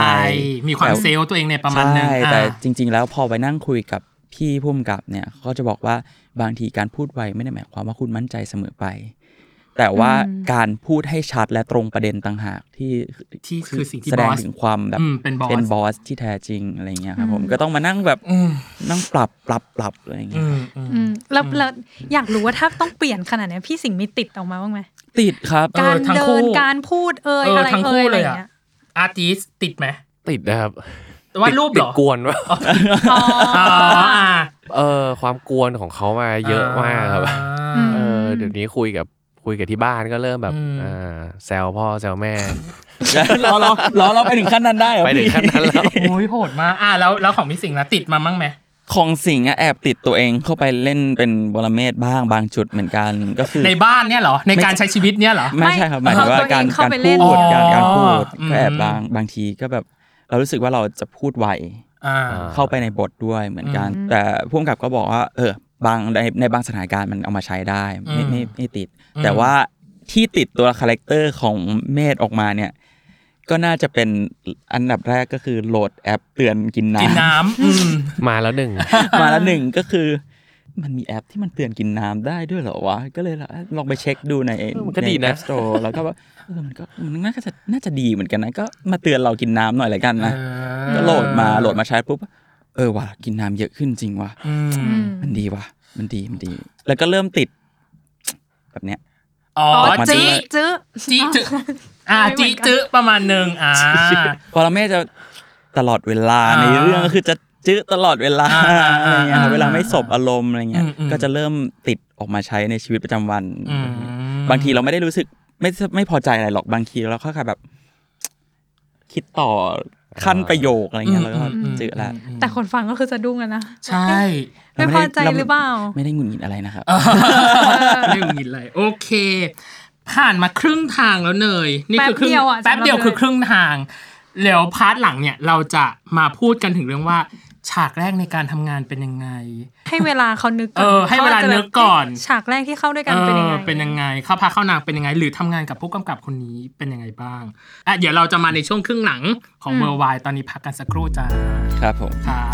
B: มีความ
D: แต่
B: เซลล์ตัวเองในประมาณหนึง
D: ใช่
B: อ่า
D: แต่จริง ๆ แล้วพอไปนั่งคุยกับพี่พุ่มกับเนี่ยเขาก็จะบอกว่าบางทีการพูดไวไม่ได้หมายความว่าคุณมั่นใจเสมอไป แต่ว่า
A: อืม
D: การพูดให้ชัดและตรงประเด็นต่างหากที่
B: ที่คือสิ่งที่
D: แสดง
B: บอส
D: ถึงความแบบ
B: อืมเป็นบอส
D: บอสที่แท้จริงอะไรเงี้ยครับผมก็ต้องมานั่งแบบ
B: อืม
D: นั่งปรับปรับปรับอะไรเงี้
B: อื
D: ย
B: มอืม
A: อืมแล้วแล้วอยากรู้ว่าถ้าต้องเปลี่ยนขนาดเนี้ยพี่สิงห์มีติดออกมาบ้างไหม
D: ติดครับ
B: เออ
A: การ
B: ทั้ง
A: เดิ
B: คู่
A: นการพูดเอ่ย
B: เออ
A: อะไร
B: ทั้งคู่
A: เอ่ยอะไร
B: เลย
A: อย่าง
B: อะ
A: เงี้ย
B: อาร์ติสติดไหม
C: ติดนะครับ
B: วาดรูป
C: ติ
B: เหร
C: ด
B: อ
C: กวนว่า
A: อ๋อ
B: อ๋ออ่า
C: เออความกวนของเขามาเยอะมากครับ
A: อืม
C: เออเดี๋ยวนี้คุยกับคุยกับที่บ้านก็เริ่มแบบอ่าแซวพ่อแซวแม่
D: เราเราเราเราไปถึงขั้นนั้นได้เหรอ
C: ไปถึง
D: พี่
C: ขั้นนั้น แล้ว
B: โอ้ยโหดมากอ่ะแล้วแล้วของพี่สิงห์ล่ะติดมามั้งไหม
D: ของสิงห์อะแอบติดตัวเองเข้าไปเล่นเป็นบรเมศบ้างบางจุดเหมือนกันก็คือ
B: ในบ้านเนี่ยเหรอ ในการใช้ชีวิตเนี่ยเหรอ
D: ไม่ใช่ครับหมายถึงว่า
A: เอาตัวเอง
D: การ
A: เข้า
D: การ
A: ไปเล่
D: พู
A: น
D: ดการการพูด
B: อ๋อ
D: ก็แอบ
B: อืม
D: บางบางทีก็แบบ เรารู้สึกว่าเราจะพูดไว
B: อ่า
D: เข้าไปในบทด้วยเหมือนกัน แต่พ่วงกับก็บอกว่า เออบางในในบางสถานการณ์มันเอามาใช้ได้ไม่
B: อืม
D: ไม่ไม่ติด
B: อืม
D: แต่ว่าที่ติดตัวคาแรคเตอร์ของเมธออกมาเนี่ย ก็น่าจะเป็นอันดับแรกก็คือโหลดแอปเตือนกินน้
B: กินน้ำอืม
C: มาแล้วหนึ่ง
D: ำมาแล้วหนึ่งก็คือ มันมีแอปที่มันเตือนกินน้ำได้ด้วยเหรอวะก็เลยลองไปเช็คดูใน
C: เออมันก็
D: ใน
C: ดีนะ
D: App Store แล้วก็ว่า เออมันก็มันน่าจะน่าจะดีเหมือนกันนะก็มาเตือนเรากินน้ำหน่อยละกันนะก็โหลดมาโหลดมาใช้ปุ๊บเออว่ะกินน้ำเยอะขึ้นจริงว่ะ
B: อืม
D: มันดีว่ะมันดีมันดี แล้วก็เริ่มติด แบบเนี้ย
B: อ๋อ
A: อ๋อ
D: มา
A: จื้อ
B: จี
D: ด้วย
A: จื้อ
B: จีจือ่าจีจืประมาณหนึ่งอ่า
D: ปรเมศจะตลอดเวลาในเรื่องก็คือจะจื้อตลอดเวลา
B: อ่าอ่า
D: อะไรเงี้ย
B: อ่า
D: เวลาไม่สบอารมณ์อะไรเงี้ย
B: อืมอืม
D: ก็จะเริ่มติดออกมาใช้ในชีวิตประจำวัน
B: อืม
D: บางทีเราไม่ได้รู้สึก ไม่ไม่พอใจอะไรหรอกบางทีเราก็แค่แบบ คิดต่อขั้นประโยคอะไรเงี้ยแล้วก็
B: อืมอืม
D: เจอละ
B: อืม
A: แต่คนฟังก็คือจะดุ้งกันนะ
B: ใช่
A: ไม่พอใจหรือเปล่า
D: ไม่ได้หงุดหงิดอะไรนะครับ
B: ไม่หงุดหงิดเลยโอเค ผ่านมาครึ่งทางแล้วเนยนี่คือครึ่ง
A: แป๊บเดียวอะ
B: แป๊บเดียว
A: สำหรับเนย
B: คือครึ่งทางแล้วพาร์ทหลังเนี่ยเราจะมาพูดกันถึงเรื่องว่า ฉากแรกในการทำงานเป็นยังไง
A: ให้เวลาเขานึกก่น
B: เออให้เวลานึกก่อน
A: ฉากแรกที่เข้าด้วยกันเป็นยังไง
B: ออเป็นยังไงเข้าพาเข้านางเป็นยังไง หรือทำงานกับผู้กำกับคนนี้เป็นยังไงบ้างอ่ะเดี๋ยวเราจะมาในช่วงครึ่งหลังของ
A: อืม
B: เวอร์ไวตอนนี้พักกันสักครู่จ้า
D: ครับผม
B: ครับ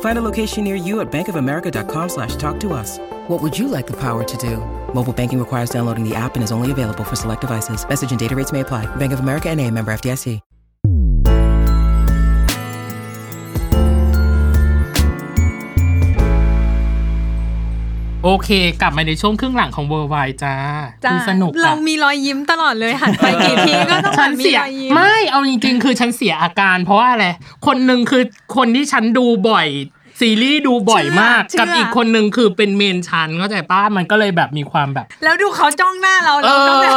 E: Find a location near you at bankofamerica.com slash talk to us. What would you like the power to do? Mobile banking requires downloading the app and is only available for select devices. Message and data rates may apply. Bank of America and a member FDIC.
B: โอเค กลับมาในช่วงครึ่งหลังของเวอร์ไวจ้า
A: จ้ะ
B: คุณสนุกอะ
A: เรามีรอยยิ้มตลอดเลยหันไปกี่ทีก็ต้อง
B: ฉั
A: หั
B: น
A: นมี
B: เสีย
A: รอยยิ้ม
B: ไม่เอาจริงๆ คือฉันเสียอาการ เพราะว่าอะไรคนหนึ่งคือคนที่ฉันดูบ่อยซีรีส์ดูบ่อยมาก
A: เชื่อ
B: กับอีกคนหนึ่งคือเป็นเมนชันเข้าใจป้ามันก็เลยแบบมีความแบบ
A: แล้วดูเขาจ้องหน้าเรา
B: เอ
A: เราจ้องหน้า
B: อ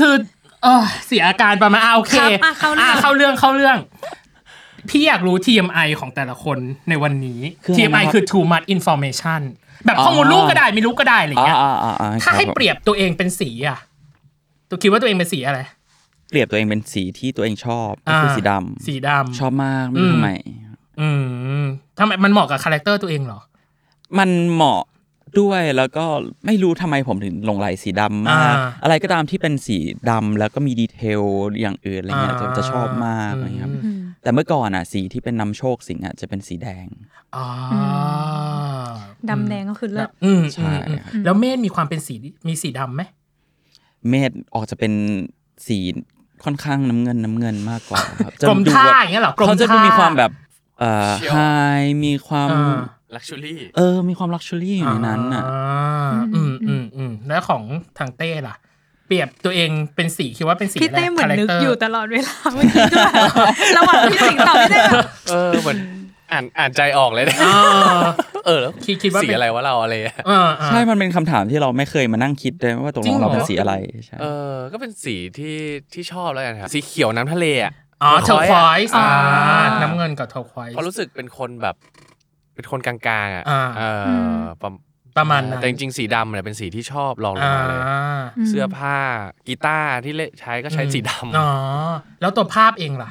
B: คือเออเสียอาการประมาณอ่ะโอเค
A: ครับอ่ะเข้าเรื่อง
B: ะเข้าเรื่องเข้าเรื่อง พี่อยากรู้ TMI ของแต่ละคนในวันนี้
D: คืออะไรนะครับ
B: TMI คือ too much information แบบข้อมูลรู้ก็ได้ไม่รู้ก็ได้อะไร
D: อ่า
B: เงี้ย
D: อ่าอ่าอ่า
B: ถ้าให้
D: ครับผม
B: เปรียบตัวเองเป็นสีอะตัวคิดว่าตัวเองเป็นสีอะไร
D: เปรียบตัวเองเป็นสีที่ตัวเองชอบก็คือสีดำ
B: สีดำ
D: ชอบมากไม่รู้ทำไม
B: อืมทำไมมันเหมาะกับคาแรคเตอร์ตัวเองเหรอ
D: มันเหมาะด้วยแล้วก็ไม่รู้ทำไมผมถึงหลงไหลสีดำมาก
B: อ่า
D: อะไรก็ตามที่เป็นสีดำแล้วก็มีดีเทลอย่างอื่นอะไรเงี้ยจะจะชอบมากอะไรเงี้ยครับ
A: อืม
D: แต่เมื่อก่อนอ่ะสีที่เป็นนำโชคสิงห์อ่ะจะเป็นสีแดง
B: อ่า
A: อื ดำแดงก็คือเลิศ
B: อืม
D: ใช่
B: อืมอืมแล้วเมธมีความเป็นสีมีสีดำไหม
D: เมฆออกจะเป็นสีค่อนข้างน้ำเงินน้ำเงินมากกว่าครับจะ
B: กรม
D: ดู
B: ท่า
D: แบบ
B: อย่างเงี้ยเหรอกรม
D: เขาจะดู
B: ท่ามี
D: มีความแบบเอ่อ
C: เชี่ยว
D: ไฮมีความ
B: อ่า
C: ลักชัวรี่
D: เออ มีความลักชัวรี่อยู่ในนั้นอ่ะ
B: อา
A: อื
B: อืม
A: ม
B: อืมอืมแล้วของทางเต้ล่ะ เปรียบตัวเองเป็นสีคิดว่าเป็นสี
A: พี่
B: อะไร
A: เต้เหมือนนึก
B: คาแรคตร์
A: อยู่ตลอดเวลาเมื่อกี้ด้วยระหว่างที่สิงตอบพี่เต้แบบ
C: เออเหมือนอ่านอ่านใจออกเลยนะ
B: เออ
C: เออแล้ว
B: คิดคิดว่าเป็น
C: สีอะไรวะเราอะไรอะ
B: เออเออ
D: ใช่ มันเป็นคำถามที่เราไม่เคยมานั่งคิดเลยว่าตก
B: จริง
D: ลง
B: เหรอ
D: เราเป็นสีอะไรใช่
C: เออ ก็เป็นสีที่ที่ชอบแล้วกันครับสีเขียวน้ำทะเลอ่ะ
B: อ๋อเทอร์ควอยส์
C: อ่ะ
B: อ่า
C: า
B: น้ำเงินกับเทอร์ควอยส์
C: เพราะรู้สึกเป็นคนแบบ เป็นคนกลางๆอ่ะ
B: อ่า
C: เอออประ
B: ประมาณนั้น
C: แต่จริงๆสีดำเนี่ยเป็นสีที่ชอบลองลง
B: อ่า
C: มาเลย เสื้อผ้ากีตาร์ที่เล่นใช้ก็ใช้สีด
B: อ๋อ แล้วตัวภาพเองล่ะ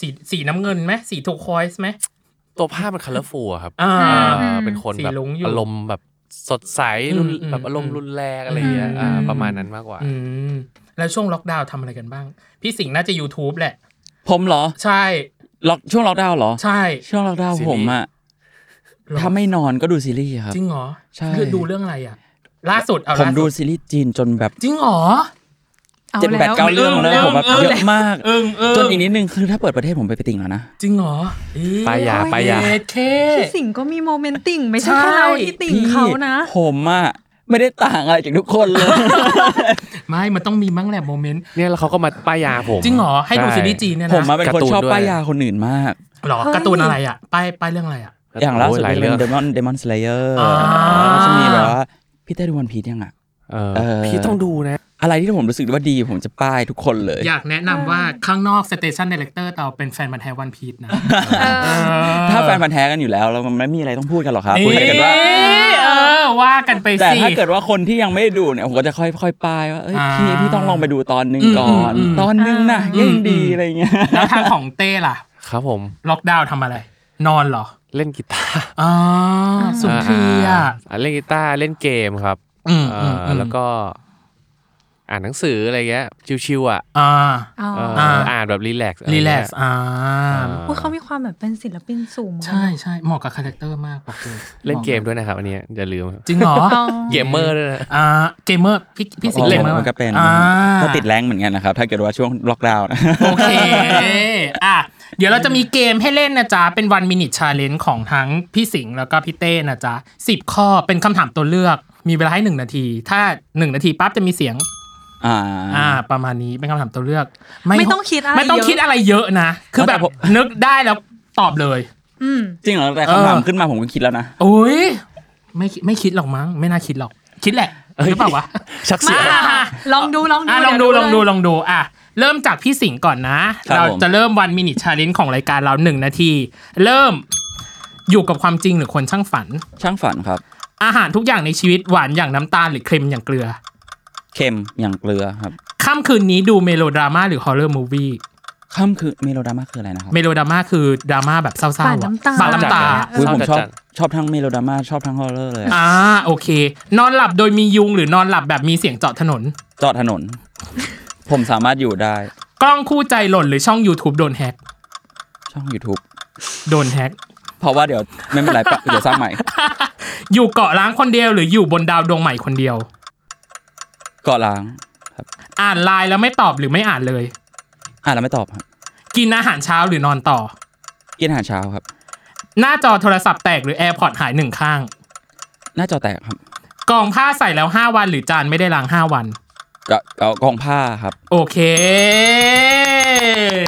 B: สีสีน้ำเงินไหมสีเทอร์ควอยส์ไหม
C: ำตัวผ้ามันคัลเลอร์ฟูครับ
B: อ่า
C: เออเป็นคนแบบ
B: สีรุ้งอยู่
C: อารมณ์แบบสดใส
B: อืม
C: รุน
B: อืม
C: แบบอารมณ์รุนแรงอะไรเงี้ย
B: อืม
C: อ่าประมาณนั้นมากกว่า
B: อืม แล้วช่วงล็อกดาวน์ทำอะไรกันบ้าง พี่สิงห์น่าจะ YouTube แหละ
D: ผมเหรอ
B: ใช่
D: ล็อกช่วงล็อกดาวน์เหรอ
B: ใช่
D: ช่วงล็อกดาวน์
C: ซีรีส์
D: ผมอ่ะ ถ้าไม่นอนก็ดูซีรีส์ครับ
B: จริงเหรอ
D: ใช่
B: คือดูเรื่องอะไรอ่ะ ล่าสุดเอา
D: ผม
B: ล่า
D: ดู
B: สุด
D: ซีรีส์จีนจนแบบ
B: จริงเหรอ
A: เอา
D: เจ็ดแปด
A: แล้ว
D: เก้าเรื่องแล้ว
B: เอิ่ม
D: ผมแบบ
B: เอิ่ม
D: เยอะมาก
B: เอิงเอิง
D: จนอีกนิดนึงคือถ้าเปิดประเทศผมไปไปติ่งแล้วนะ
B: จริงเหรอ
C: ไปอย่าไปอย่า
B: เดเค
A: พี่สิงก็มีโมเมนต์ติ่งไม่ใช่
B: ใช่
A: แค่เราที่ติ่ง
D: พี่
A: เขานะ
D: ผมอะไม่ได้ต่างอะไรจากทุกคนเลย
B: ไม่มันต้องมีบ้างแหละโมเมนต์
C: เนี่ยแล้วเขาก็มาป้ายยาผม
B: จริงเหรอ ให้ดู
C: ช่
B: ซีรีส์จีนเนี่ยนะ
D: ผมมาเป็นค
C: กา
D: น
C: ร์ตูน
D: ชอบ
C: ด้วย
D: ป้ายยาคนอื่นมาก
B: เหรอการ์ตูนอะไรอ่ะ ป้ายป้ายเรื่องอะไรอ่ะ
D: อย่างล่าสุด
C: โหหลาย
D: เป็
C: เรื่อน ง
D: เดมอนเดมอนสเลเยอร์
B: อ่า
D: จะมีแบบว่า พี่เต้ดูวันพีทยังอะ
C: เออ
D: เออ
C: พี่ต้องดูนะ
D: อะไรที่ผมรู้สึกว่าดีผมจะป้ายทุกคนเลย
B: อยากแนะนำว่าข้างนอกสเตชันเดเลกเตอร์เราเป็นแฟนมันธุ์แท้วันพีชนะ
D: ถ้าแฟนพันธ์แท้กันอยู่แล้วเราไม่มีอะไรต้องพูดกันหรอกครับ
B: นี่
D: พูดแต่กันว่า
B: เออว่ากันไป
D: แต่
B: สิ
D: ถ้าเกิดว่าคนที่ยังไม่ได้ดูเนี่ยผมก็จะค่อยๆป้ายว่าเอ้ย
B: อ่า
D: พี่พี่ต้องลองไปดูตอนหนึ่ง
B: อืม
D: ก่อน
B: อืม
D: ตอนหนึงนะยิ่งดีอะไรเงี้ย
B: แล้วทางของเต้ล่ะ
C: ครับผม
B: ล็อกดาวน์ทำอะไร นอนเหรอ
C: เล่นกีตาร์
B: อ๋อสุนทรีย
C: อ่าอ่าเล่นกีตาร์เล่นเกมครับ
B: อืม
C: เอ
B: อืม
C: อแล้วก็ อ่านหนังสืออะไรเงี้ยชิวๆอ่ะ
B: อ่า
A: อ๋อ
C: เออ
A: อ
C: อ
B: อ่า
C: อ่านแบบรีแลกซ์
B: รีแลกซ์อ่า
A: โอ้ยเขามีความแบบเป็นศิลปินสูงเหมือนกัน
B: ใช่ใช่เหมาะกับคาแรคเตอร์มากบอกเลย
C: เล่นเกมด้วยนะครับ อันเนี้ยอย่าลืม
B: จริงเหรอ
A: อ๋อ
C: เกมเมอร์ด้วยนะ
B: อ่าเกมเมอร์พี่พี่สิง
C: ง
B: ห์
C: เล่
B: เล่น
C: น
B: มาก
D: มันก็เป็น
B: อ่า
D: ก็ติดแรงเหมือนกันนะครับ ถ้าเกิดว่าช่วงล็อกดาวน์นะ
B: โอเคอ่ะเดี๋ยวเราจะมีเกมให้เล่นนะจ๊ะ เป็นวันมินิชาเลนจ์ของทั้งพี่สิงห์แล้วก็พี่เต้นะจ๊ะสิบข้อเป็นคำถามตัวเลือก มีเวลาให้หนึ่งนาที ถ้าหนึ่งนาทีปั๊บจะมีเสียง
D: อ่า
B: อ่า ประมาณนี้เป็นคำถามตัวเลือก
A: ไม่ต้องคิดอะไร
B: ไม่ต้อง
A: เยอะ
B: คิดอะไรเยอะนะ คือแบบ
D: แต่ผม
B: นึกได้แล้วตอบเลย
A: อืม
D: จริงเหรอแต่คำถามขึ้นมาผมก็คิดแล้วนะ
B: โอ้ยไม่คิดไม่คิดหรอกมั้ง ไม่น่าคิดหรอก คิดแหละหรือเปล่าวะ
C: ชักเสียง
A: มาลองดูลองดู
B: อ่ะลอง
A: เย
B: ดู
A: ว
B: ลองดู
A: เย
B: ลองดูอ่ะเริ่มจากพี่สิงห์ก่อนนะ
D: ครับ
B: เรา
D: ผม
B: จะเริ่มวันมินิชาเลนจ์ของรายการเราหนึ่งนาที เริ่มอยู่กับความจริงหรือคนช่างฝัน
D: ช่างฝันครับ
B: อาหารทุกอย่างในชีวิตหวานอย่างน้ำตาลหรือเค็มอย่างเกลือ
D: เค็มอย่างเกลือครับ
B: ค่ำคืนนี้ดูเมโลดราม่าหรือฮอล l ลอร์มูวี่
D: ค่ำคือเมโลดราม่าคืออะไรนะครับ
B: เมโลดราม่าคือดราม่าแบบเศร้าๆ
A: ปาด
B: อะ
A: น้ำตา
B: ปาดน้ำตา
C: เศร้จัด
D: อุ้ยผมชอบ
C: จัด
D: ชอบทั้งเมโลดราม่าชอบทั้งฮอลเลอร์เลยอะ
B: อ่าโอเค นอนหลับโดยมียุงหรือนอนหลับแบบมีเสียงเจาะถนน
D: เจอดถนน ผมสามารถอยู่ได้
B: กล้องคู่ใจหล่นหรือช่อง YouTube โดนแฮก
D: ช่อง YouTube
B: โดนแฮก
D: เพราะว่าเดี๋ยวไม่เป็นไรปะเดี๋ยวสร้างใหม่
B: อยู่เกาะล้างคนเดียวหรืออยู่บนดาวดวงใหม่คนเดียว
D: เกาะล้าง
B: อ่านไลน์แล้วไม่ตอบหรือไม่อ่านเลย
D: อ่ะแล้วไม่ตอบครับ
B: กินอาหารเช้าหรือนอนต่อ
D: กินอาหารเช้าครับ
B: หน้าจอโทรศัพท์แตกหรือ AirPods หายหนึ่งข้าง
D: หน้าจอแตกครับ
B: กองผ้าใส่แล้ว 5 วันหรือจานไม่ได้ล้าง 5 วัน
D: กะกะกองผ้าครับ
B: โอเค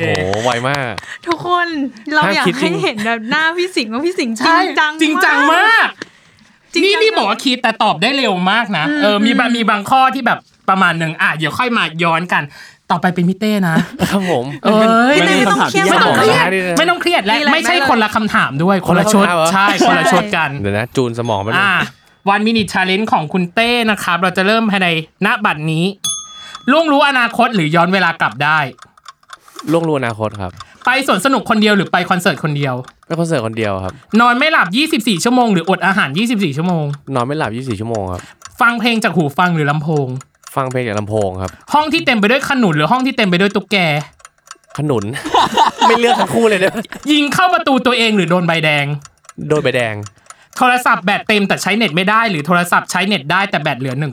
C: โอ้โหไวมาก
A: ทุกคนเรา
C: ห้าม
A: อยาก
C: คิดจริ
A: ให้
C: ง
A: เห็นแบบหน้าพี่สิงห์ว่าพี่สิงห์จริ
B: ใช่
A: งจัง
B: จริงจังมาก
A: จริง
B: นี่
A: จัง
B: นี่บอกว่าคิดแต่ตอบได้เร็วมากนะ เออ มีบางมีบางข้อที่แบบประมาณหนึ่งอ่ะ เดี๋ยวค่อยมาย้อนกัน ต่อไปเป็นพี่เต้นะ
C: ครับผม
B: เอ้ย
D: มันเป็นคำถามที่
B: ไม่
D: ยาก
B: ต้องเครียด
C: เลยนะ
B: ไม่ต้องเครียดและ
A: มีอะไร
B: ไม่ใช่
A: ไหมล่ะ
B: คนละคำถามด้วยคนละ
C: คนละ
B: ชุด
C: คำถามเหรอ
B: ใช่คนละชุดกัน
C: เดี๋ยวนะ จูนสมองไปหน่อย
B: อ่าวันมินิชาเลนจ์ของคุณเต้นะครับ เราจะเริ่มภายในณบัตรนี้ล่วงรู้อนาคตหรือย้อนเวลากลับได้
C: ล่วงรู้อนาคตครับ
B: ไปสวนสนุกคนเดียวหรือไปคอนเสิร์ตคนเดียว
C: ไปคอนเสิร์ตคนเดียวครับ
B: นอนไม่หลับ 24 ชั่วโมงหรืออดอาหาร 24 ชั่วโมง
C: นอนไม่หลับ 24 ชั่วโมงครับ
B: ฟังเพลงจากหูฟังหรือลำโพง
C: ฟังเพลงจากลำโพงครับ
B: ห้องที่เต็มไปด้วยขนุนหรือห้องที่เต็มไปด้วยตุ๊กแก
C: ขนุ น ไม่เลือกทั้งคู่เลยนะ
B: ยิงเข้าประตูตัวเองหรือโดนใบแดง
C: โดนใบแดง
B: โทรศัพท์แบตเต็มแต่ใช้เน็ตไม่ได้หรือโทรศัพท์ใช้เน็ตได้แต่แบตเหลือ1%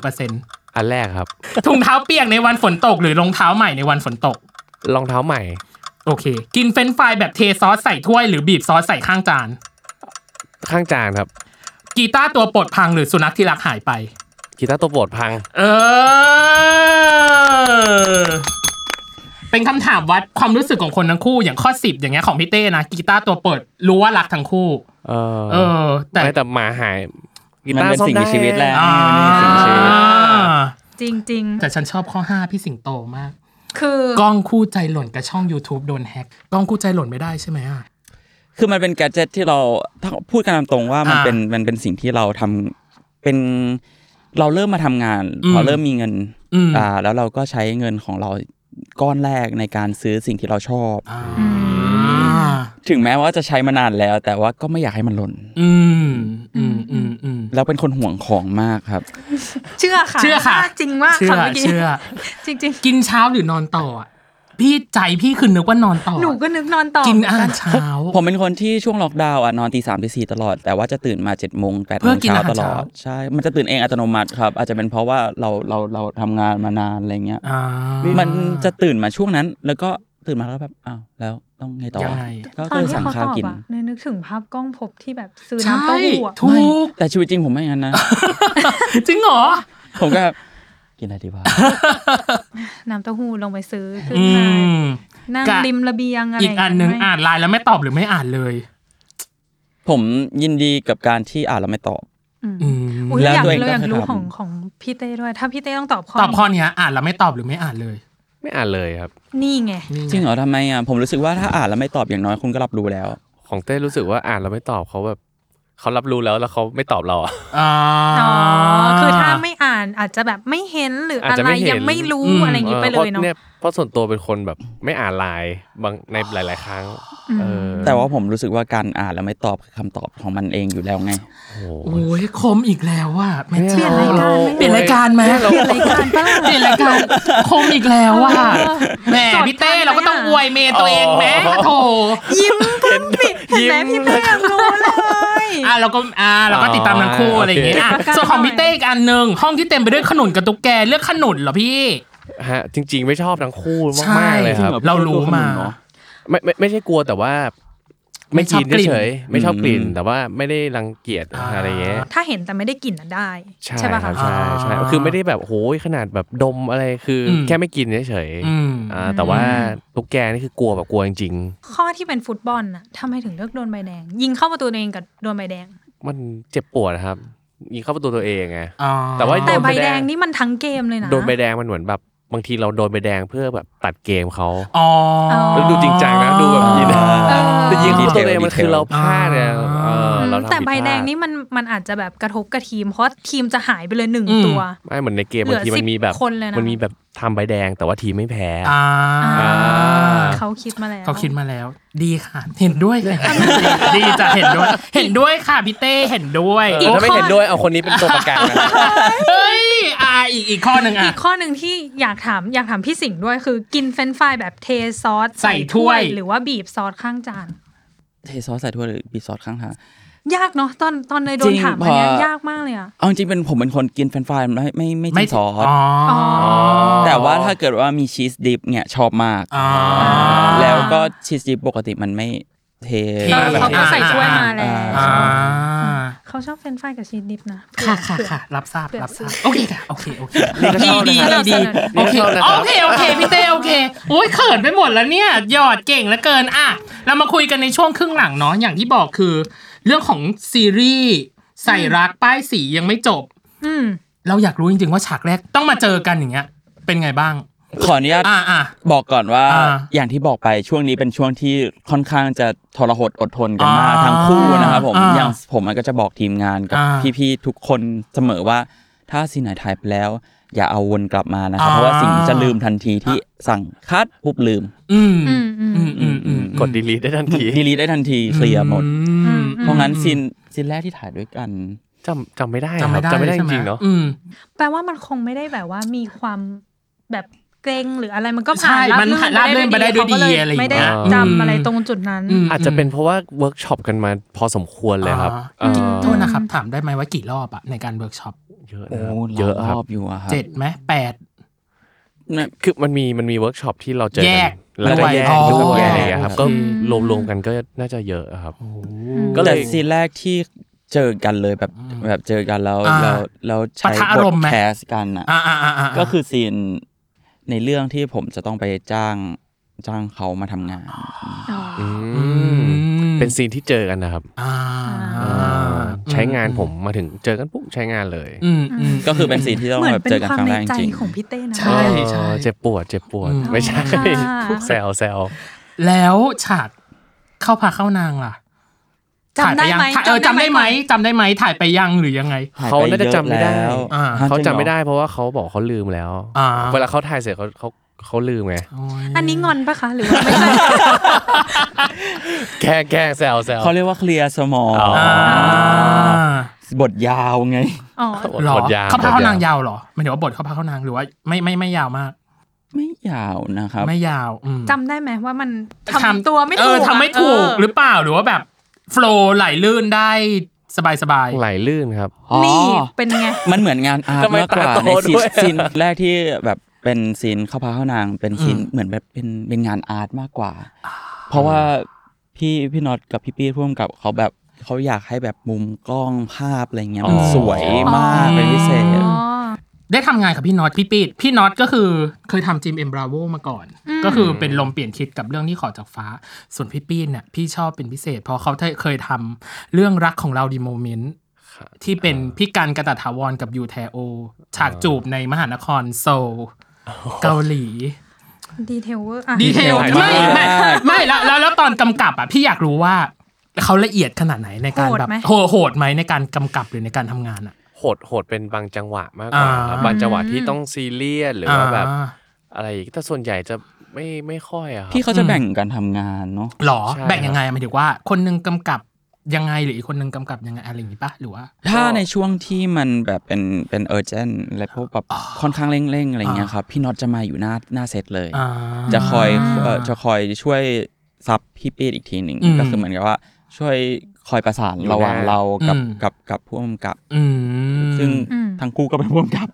C: อันแรกครับ
B: ถุงเท้าเปียกในวันฝนตก หรือรองเท้าใหม่ในวันฝนตก
C: รองเท้าใหม่
B: โอเค กินเฟรนช์ฟรายแบบเทซอสใส่ถ้วยหรือบีบซอสใส่ข้างจาน
C: ข้างจานครับ
B: กีตาร์ตัวโปรดพังหรือสุนัขที่รักหายไป
C: กีตาร์ตัวโปรดพัง
B: เออ เป็นคำถามวัดความรู้สึกของคนทั้งคู่อย่างข้อสิบอย่างเงี้ยของพี่เต้นะกีตาร์ตัวเปิดรู้ว่ารักทั้งคู่
C: เออ
B: เออ แต่
C: ไม่แต่หมาหายกี
D: มัน
C: ตาร์
D: เป็น
C: ซ่อม
D: สิ่ง
C: ได้
D: มีชีวิตแหละ
B: อ่า
D: มันเป็นสิ่งมีชีวิต
A: จริงจริง
B: แต่ฉันชอบข้อห้าพี่สิงโตมาก
A: ๆ คือก
B: ล้องคู่ใจหล่นกับช่อง YouTube โดนแฮกกล้องคู่ใจหล่นไม่ได้ใช่ไหมอ่ะ
D: คือมันเป็นแกดเจิตที่เราถ้าพูดกันตามตรงว่ามัน
B: อ่า
D: เป็นมันเป็นสิ่งที่เราทำเป็นเราเริ่มมาทำงาน
B: อืม
D: พอเริ่มมีเงิน
B: อืม
D: อ่าแล้วเราก็ใช้เงินของเราก้อนแรกในการซื้อสิ่งที่เราชอบ
B: อ่า
D: ถึงแม้ว่าจะใช้มานานแล้ว แต่ว่าก็ไม่อยากให้มันหล่น
B: อืมอืมอืมอืม
D: เราเป็นคนห่วงของมากครับ
A: เชื่อค่ะ
B: เชื่อค่ะ
A: น่าจริงมาก
B: เชื่อ
A: ค่ะเมื่อกี้
B: เชื่อ
A: จริง
B: กินเช้าหรือนอนต่ออะพี่ใจพี่คือนึกว่านอนต่อ
A: ๆ หนูก็นึกนอนต่อ
B: กินอาหารเช้า
D: ผมเป็นคนที่ช่วงล็อกดาวน์อะนอนตีสามตีสี่ตลอด แต่ว่าจะตื่นมาเจ็ดโมงแปดโม
B: เพื่อง กิน
D: เช้า
B: อาหาร
D: ตลอ
B: เช้า
D: ดใช่มันจะตื่นเองอัตโนมัติครับ อาจจะเป็นเพราะว่าเราเราเราทำงานมานานอะไรเงี้ย
B: อ่า
D: มันจะตื่นมาช่วงนั้น แล้วก็ตื่นมาแล้วแบบอ้าวแล้วต้องไงต่อ
B: ยังไง
D: ก็
A: ต
D: ก็
A: อน
D: เลย
A: ที่
D: สั่ง
A: เขา
D: ข้าว
A: ตอบ
D: กิน
A: อะเนยนึกถึงภาพกล้องพบที่แบบซื้อ
B: ใช่
A: น้ำเต้าหู้อะ
B: ถู
D: ไม่
B: ก
D: แต่ชีวิตจริงผมไม่อย่างนั้นนะ
B: จริงเหรอ
D: ผมก็แบบกินอะไรดีวะ
A: น้ำเต้าหู้ลงไปซื้อขึ้น
B: อื
A: มาม นั่ง
B: กะ
A: ริมระเบียงอะไร
B: อีกอันหนึ่ง
A: ย่เย
B: อ่านไลน์แล้วไม่ตอบหรือไม่อ่านเลย
D: ผมยินดีกับการที่อ่านแล้วไม่ตอบ
A: อืม
B: อืม
A: อุ้ย
D: แล้
A: เราอยา
D: ว
A: ก
D: ตัวเอง
A: เราอยาก
D: ก็
A: รู้
D: ทำ
A: ของของพี่เต้ด้วย ถ้าพี่เต้ต้องตอบข้อ
B: ตอบ
A: นี้
B: ข้อเนี้ยอ่านแล้วไม่ตอบหรือไม่อ่านเลย
C: ไม่อ่านเลยครับ
A: นี่ไง
B: นี่ไ
D: จริงเหรอทำไมอ่ะผมรู้สึกว่าถ้าอ่านแล้วไม่ตอบอย่างน้อยคุณก็รับรู้แล้ว
C: ของเต้รู้สึกว่าอ่านแล้วไม่ตอบเขาแบบ เขารับรู้แล้วแล้วเขาไม่ตอบเราอะ
B: อ๋อ
A: อ๋อคือถ้าไม่อ่านอาจจะแบบไม่เห็นหรือ
C: อาจ
A: อะ
C: จะ
A: ไร
C: ไม่เห็น
A: ยังไม่รู้
B: อืม
A: อะไรอย่างนี้ไปเลย
C: พร
A: เนาะ
C: ยเพราะส่วนตัวเป็นคนแบบไม่อ่านไลน์บางในหลาย ๆ ครั้ง
A: อืม
C: เออ
D: แต่ว่าผมรู้สึกว่าการอ่านแล้วไม่ตอบคือคำตอบของมันเองอยู่แล้วไง
C: โอ้โห
B: โอ้ยคมอีกแล้วว่ะแม่
A: เปลี่ยนรายการไหม
B: เปลี่ยนรายการไหมเปลี่ยนรายการบ้างเปลี่ยนรายการคมอีกแล้วว่ะแหมพี่เต้เราก็ต้องอวยเมย์ตัวเองแม่โถ
A: ยิ้มปุ๊บปิดเห็นไหม
C: ยิ้
A: พี่
C: ม
A: เต้ยังรู้เลย
B: อ่ะเราก็อ่ะเราก็ติดตามทั้งคู่
C: อ่า
B: อะไรอย่างเงี้ยอ่ะ
A: โอเค
B: ส่วนของพี่เต้อีกอันหนึ่งห้องที่เต็มไปด้วยขนุนกับตุ๊กแกเลือกขนุนเหรอพี่
C: ฮะจริง ๆ ไม่ชอบทั้งคู่มากๆเลยค
B: ใช่
C: รับ
B: จงหอเรารู้มา
C: ไม่ไม่ไม่ใช่กลัวแต่ว่า
B: ไม่
C: ไม่
B: ชอบ
C: กิน
B: กลิ่น
C: เฉยๆไม่ชอบกลิ่น
D: อืม
C: แต่ว่าไม่ได้รังเกียจอะไรเงี้ย
A: ถ้าเห็นแต่ไม่ได้กลิ่นน่ะได้
C: ใช่
A: ใช่ป่ะ
C: ครั
A: คะ
C: บใช่ใช่
B: อ่า
C: คือไม่ได้แบบโอ้ยขนาดแบบดมอะไรคืออ
B: ม
C: แค่ไม่กินเฉย
B: อืม
C: ๆอ่าแต่ว่าตุ๊กแกนี่คือกลัวแบบกลัวจริง
A: ข้อที่เป็นฟุตบอลน่ะทำไมถึงเลือกโดนใบแดง ยิงเข้าประตูตัวเองกับโดนใบแดง
C: ๆ มันเจ็บปวดนะครับยิงเข้าประตูตัวเองไง
B: อ๋อ
C: แต่ว่า
A: แต่
C: โดน
A: ใบ
C: ใบแดง
A: แดงนี่มันทั้งเกมเลยนะ
C: โดนใบแดงมันเหมือนแบบบางทีเราโดนใบแดงเพื่อแบบตัดเกมเขา
B: อ๋อ
C: แล้วดูจริงจังนะดูแบบยิง
A: เออ
C: แต่ยิงเข้าประตัวเอง
D: Detail
C: มันคือเราพลาดเนี่ย
B: อ่า
C: เออเราทำผิดพลาด
A: แต่ใบแดงนี่มันมันอาจจะแบบกระทบกับทีม เพราะทีมจะหายไปเลยหนึ่ง
B: อืม
A: ตัว
C: ไม่เหมือนในเกม
A: เหลื
C: บาง
A: อ
C: ทีมันมีแบบ
A: สิบคนเลยนะ
C: มันมีแบบทำใบแดงแต่ว่าทีมไม่แพ้
B: อ่า
A: อ่
C: า
A: เขาคิดมาแล้ว
B: เขาคิดมาแล้ว ดีค่ะ เห็นด้วยค่ะดีจะเห็นด้วย เห็นด้วยค่ะพี่เต้เห็นด้วย
C: เออถ้าไม่เห็นด้วยเอาคนนี้เป็นตัวประกันนะ
B: เฮ้ยอ่าอีกอีกข้อหนึ่งอ่ะ
A: อีกข้อหนึ่งที่อยากถามอยากถามพี่สิงห์ด้วยคือกินเฟรนช์ฟรายแบบเทซอส
B: ใส่ถ้วย
A: หรือว่าบีบซอสข้างจาน
D: เทซอสใส่ถ้วยหรือบีบซอสข้างทาง
A: ยากเนาะตอนตอนเนยโด
D: จริ
A: น
D: ง
A: ถามอันเนี้ย
D: พอ
A: ยากมากเลยอะ
D: เอาจริงๆเป็นผมเป็นคนกินเฟรนช์ฟรายไม่ไม่ไม่จิ้มซอส
B: อ๋อ
A: อ๋อ
D: แต่ว่าถ้าเกิดว่ามีชีสดิปเนี่ยชอบมาก
B: อ๋อ
D: แล้วก็ชีสดิปปกติมันไม่เท
B: เท
A: เออ
D: แบบ
A: เขาก็ใส่ถ้วยมาแล้
D: อ่าว
B: อ่า
A: เขาชอบเฟรนช์ฟรายกับชีสดิฟนะ
B: ค่ะค่ะค่ะรับทราบ
A: เปลือก
B: รับทราบ
A: เปลือก
B: โอเคค่ะโอเคโอเค
A: นี่
B: ดี
A: ก็
B: ดี
A: เข้านะ
B: ดี
A: นี่ก็เข้านะ
B: โอเคโอเคโอเคพี่เต้โอเคโอ้ยเขินไปหมดแล้วเนี่ยหยอดเก่งเหลือเกินอ่ะเรามาคุยกันในช่วงครึ่งหลังเนาะอย่างที่บอกคือ เรื่องของซีรีส์ใส่รักป้ายสียังไม่จบ
A: อืม
B: เราอยากรู้จริงๆว่าฉากแรกต้องมาเจอกันอย่างเงี้ย เป็นไงบ้าง
D: ขออนุญาต
B: อ่าอ่า
D: บอกก่อนว่า
B: อ่า
D: อย่างที่บอกไปช่วงนี้เป็นช่วงที่ค่อนข้างจะทรหดอดทนกันมาก
B: อ่า
D: ทั้งคู่นะครับผม
B: อ่า
D: อย่างผมก็จะบอกทีมงานกับ
B: อ่า
D: พี่ๆทุกคนเสมอว่าถ้าซีนไหนถ่ายไปแล้ว อย่าเอาวนกลับมานะครับ
B: อ่า
D: เพราะว่าสิ่งจะลืมทันทีที่สั่งคัดปุ๊บลืม
B: อืม
A: อืมอืม
B: อืมอืมอืม
C: กดดีลีทได้ทันที
D: ดีลีได้ทันทีเคลียร์หมด
B: อืม
D: เพราะงั้นซีนซีนแรกที่ถ่ายด้วยกัน
C: จำจำไม่ได้
B: จำ
C: ค
B: ไม่
C: รั
B: ได้
C: บจำไม่ได้
B: ลย
C: จ
B: ใช่ห
C: ริงๆเนาะ
B: อืม
A: แปลว่ามันคงไม่ได้แบบว่ามีความแบบเกรงหรืออะไรมันก็
B: ใช่
A: ผ่าน
B: มันผ่าน
A: ราบรื่น
B: ราบรื่นไปได้ด้วยดี
A: เขาก็เลย
B: อะไรอย่างเงี้ย
A: ไม่ได้จำอะไรตรงจุดนั้น
B: อืม
C: อาจจะเป็นเพราะว่าเวิร์กช็อปกันมาพอสมควรเลยครับ
B: อ่า
C: เออ
B: โทษนะครับ ถามได้ไหมว่ากี่รอบอะในการเวิร์กช็อป
C: เยอะ
D: โอ้
C: นะครับ
D: หลาย
C: เยอะค
D: ร
C: รับ
D: อบอยู่อะครับ
B: เจ็ดไหมแปด
D: เนี่ย
C: คือมันมีมันมีเวิร์กช็อปที่เราเจอ
B: แย
C: กั
B: ก
C: นแล้วก็แยก
B: อ๋อ
C: ด้วยอะไรอย่างเงี้ยครับก็
A: อืม
C: รวมรวมๆกันก็น่าจะเยอะครับ
A: ม
C: ก็เลย
D: แต่ซีนแรกที่เจอกันเลยแบบแบบเจอกันแล้ว
B: อ่า
D: แล้วแล้วใช้
B: ปะทะอารมณ์ไหม
D: แคสกันอ่ะ
B: อ่าอ่าอ่าา
D: ก็คือซีนในเรื่องที่ผมจะต้องไปจ้างจ้างเขามาทำงาน
A: อ๋อ
C: อื
B: อื
C: ม
B: ม
C: เป็นซีนที่เจอกันนะครับ
B: อ่า
C: เออใช้งานผมมาถึงเจอกันปุ๊บใช้งานเลย
B: อืมอืม
D: ก็คือเป็นซีนที่ต้อง
A: เหมือ
D: แบ
A: น
D: บ
A: เป็
D: เจอน กัน
A: ความ
D: ครั้ง
A: ใน
D: แรกจ
A: ใจ
D: ริง
A: ของพี่เต้นะ
B: ใช่ ใช่
C: เออเจ็บปวดเจ็บปวด
B: อืม
C: ไม่ใช่
A: อ๋อ
C: แซวแซว
B: แล้วฉากเข้าพาเข้านางล่ะ
A: จำได้ไหม
B: ถ่ายปยังเออจำได้ไหมจำได้ไหมถ่ายไปยังหรือยังไง
D: ๆถ่ย
C: เขา
D: ป
C: น่าจะจำไม่ได้
D: เยอะแล้ว
B: อ่า
D: ฮะ
C: เขาจำไม่
D: ริงหรอ
C: ได้เพราะว่าเขาบอกเขาลืมแล้ว
B: อ่า
C: เวลาเขาถ่ายเสร็จเขาเขาเขาลืมไง
A: อันนี้งอนปะคะ หรือว่าไม่ใช่
C: แกล้งแกล้งแซวแซว
D: เขาเรียกว่าเคลียร์สมอง
C: อ๋อ
D: บทยาวไง
A: อ๋อ
B: หรอ
C: หมดยาว
B: เขาพา
C: หมด
B: เข้า
C: ยาว
B: นางยาวเหรอหมายถึงว่าบทเขาพาเข้านางหรือว่าไม่ไม่ไม่ยาวมาก
D: ไม่ยาวนะครับ
B: ไม่ยาวอืม
A: จำได้ไหมว่ามันทำตัวไม่ถูก
B: เออทำไม่ถูก
A: ะ
B: หรือเปล่าหรือว่าแบบโฟลว์ไหลลื่นได้สบายสบาย
C: ไหลลื่นครับ
A: เออนี่เป็นไง
D: มันเหมือนงานอาร์ต
C: ทำไม
D: มากกว่า
C: ตาโต
D: ในซีน
C: ด้วยอะ
D: ซีนแรกที่แบบเป็นซีนเข้าพาเข้านางเป็นซีนเหมือนแบบเป็นเป็นงานอาร์ตมากกว่า เพราะว่าพี่พี่น็อตกับพี่ปี้ร่วมกับเขาแบบเขาอยากให้แบบมุมกล้องภาพอะไรเงี้ยมันสวยมากเป็นพิเศษ
A: อ๋อ
B: ได้ทำงานกับพี่น็อตพี่ปีดพี่น็อตก็คือเคยทำจิมเอ็มบราโวมาก่อน ก็คือเป็นลมเปลี่ยนทิศกับเรื่องที่ขอจากฟ้า ส่วนพี่ปีดเนี่ยพี่ชอบเป็นพิเศษ เพราะเขาเคยทำเรื่องรักของเราดีโมเมนต์ที่เป็นพี่กันกระตัดถาวรกับยูแทโอ ฉากจูบในมหานครโซลเกาหลี
A: ดีเทลเวอร์อ่ะ
B: ดีเทล
D: ดีเทล
B: ไม่
D: มาก
B: ไม่ไม่แล้วแล้วแล้วตอนกำกับอ่ะพี่อยากรู้ว่า เขาละเอียดขนาดไหนในการ
A: โหด
B: แบบ
A: ไหม
B: โหโหดไหมในการกำกับหรือในการทำงานอ่ะ
C: โหดโหดเป็นบางจังหวะมากกว่า
B: อ่า
C: ครับบางจังหวะที่ต้องซีเรียสหรือว่าแบบ
B: อ่า
C: อะไรอีกแต่ส่วนใหญ่จะไม่ไม่ค่อยอะครับ
D: พี่เขาจะแบ่งการทำงานเนาะ
B: หรอ
C: ใช่
B: แบ่งยังไงหมายถึงว่า คนหนึงกำกับยังไงหรืออีกคนหนึงกำกับยังไงอะไรอย่างนี้ปะหรือว่า
D: ถ้าในช่วงที่มันแบบเป็นเป็นเออร์เจนและพวกแบบค่อนข้างเร่งๆอะไรเงี้ยครับพี่น็อตจะมาอยู่หน้าหน้าเซตเลย
B: อ่า
D: จะคอยเอ่อจะคอยช่วยซับพี่ปีดอีกทีหนึ่ง
B: อืม
D: ก็คือเหมือนกับว่าช่วยคอยประสานระหว่างเรากับ
B: อืม
D: กับกับผู้กำกับ
B: อืม
D: ซึ่ง
A: อืม
D: ทั้งคู่ก็เป็นผู้กำกับ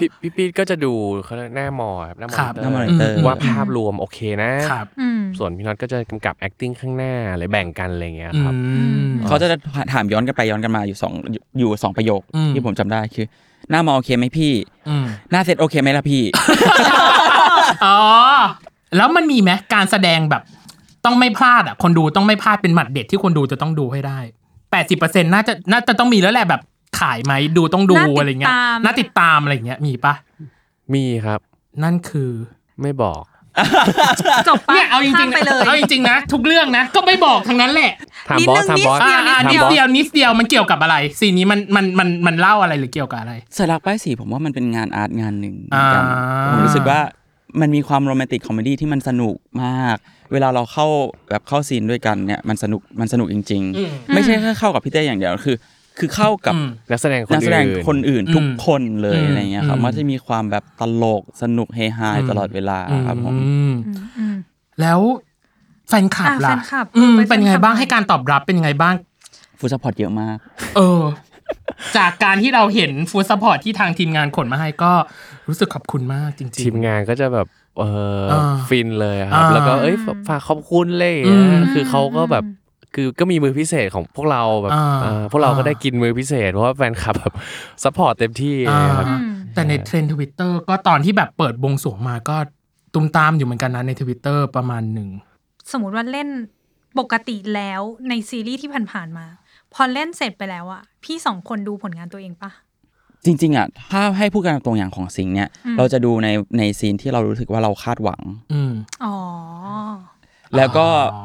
C: พี่พี่พี่ก็จะดูเขาเรียกหน้ามอครับหน้ามอ
B: ครับ
C: นิเตอร์
D: หน้ามอนิเตอร์
C: ว่าภาพรวมโอเคนะ
B: ครับ
A: อืม
C: ส่วนพี่น็อตก็จะกำกับ acting ข้างหน้าอะไรแบ่งกันอะไรเงี้ยครับ
B: อืม
D: เขาจะถามย้อนกันไปย้อนกันมาอยู่สองอยู่อยู่สองประโยค
B: อืม
D: ที่ผมจำได้คือ หน้ามอโอเคไหมพี่
B: อืม
D: หน้าเซตโอเคไหมล่ะพี่
B: อ๋อ แล้วมันมีไหมการแสดงแบบต้องไม่พลาดอ่ะ คนดูต้องไม่พลาดเป็นหมัดเด็ดที่คนดูจะต้องดูให้ได้แปดสิบเปอร์เซ็นต์น่าจะน่าจะต้องมีแล้วแหละแบบขายไหมดูต้องดู
A: น่าติด
B: อะไรเงี้ย
A: ตาม
B: น่าติดตามอะไรเงี้ยมีปะ
C: มีครับ
B: นั่นคือ
C: ไม่บอก
A: จบปะ
B: เนี่ยเอา
A: ข้
B: จริ
A: ม
B: ง
A: ไป
B: ๆ
A: เลย
B: นะเอาจริงๆนะทุกเรื่องนะก็ไม่บอกทั้งนั้นแหละ
C: ถาม
A: นิด
C: บอ
A: นึง
C: สถามบอส
A: นิดเดียว
C: ถาม
B: นิด
C: บอส
B: เดียวนิดเดียวมันเกี่ยวกับอะไรซีนนี้มันมันมันมันเล่าอะไรหรือเกี่ยวกับอะไร
D: สายลักป้ายสีผมว่ามันเป็นงานอาร์ตงานหนึ่งเหมือนกัน
B: อ่า
D: ผมรู้สึกว่ามันมีความโรแมนติกคอมเมดี้ที่มันสนุกมาก เวลาเราเข้าแบบเข้าซีนด้วยกันเนี่ยมันสนุกมันสนุกจริง ๆ ไม่ใช่แค่เข้ากับพี่เต้อย่างเดียวคือ คือเข้ากับ
B: อืม
C: นักแสดงคน
D: นักแสดง
C: อื่น
D: คนอื่นทุกคนเลย
B: อืม
D: อะไรเงี้ยครับ
B: อืม
D: มันจะมีความแบบตลกสนุกเฮฮา
B: อืม
D: ตลอดเวลาครับผม
B: อืม
A: อืมอืม
B: แล้วแฟนคลับล่ะ
A: อ่ะแฟนคลับ
B: อืม
A: ไปแฟนคลับ
B: เป็นยังไงบ้างให้การตอบรับเป็นยังไงบ้าง
D: ฟูซัพพอร์ตเยอะมาก
B: เออ จากการที่เราเห็นฟูดซัพพอร์ตที่ทางทีมงานขนมาให้ก็รู้สึกขอบคุณมากจริง
C: ทีมงานก็จะแบบเอออา ฟินเลยครับ
B: อ่า
C: แล้วก็เอ้ยฝฝากขอบคุณเลยอย่างเงี้
B: อืม
C: ยคือเขาก็แบบคือก็มีมือพิเศษของพวกเราแบบ
B: อ่า
C: เออพวกเราก็
B: อ่า
C: ได้กินมือพิเศษ เพราะว่าแฟนคลับแบบซัพพอร์ตเต็มที่
B: อ่า
C: ครับ
B: แต่ในเทรนด์ทวิตเตอร์ก็ตอนที่แบบเปิดบวงสรวงมาก็ตุมตามอยู่เหมือนกันนะในทวิตเตอร์ประมาณหนึ่ง
A: สมมติว่าเล่นปกติแล้วในซีรีส์ที่ผ่านๆมา พอเล่นเสร็จไปแล้วอะพี่สองคนดูผลงานตัวเองปะ
D: จริงๆอ่ะถ้าให้พูดกันตรงอย่างของสิงห์เนี่ย
A: อืม
D: เราจะดูในในซีนที่เรารู้สึกว่าเราคาดหวัง
B: อืม
A: อ๋อ
D: แล้วก็
B: อ๋อ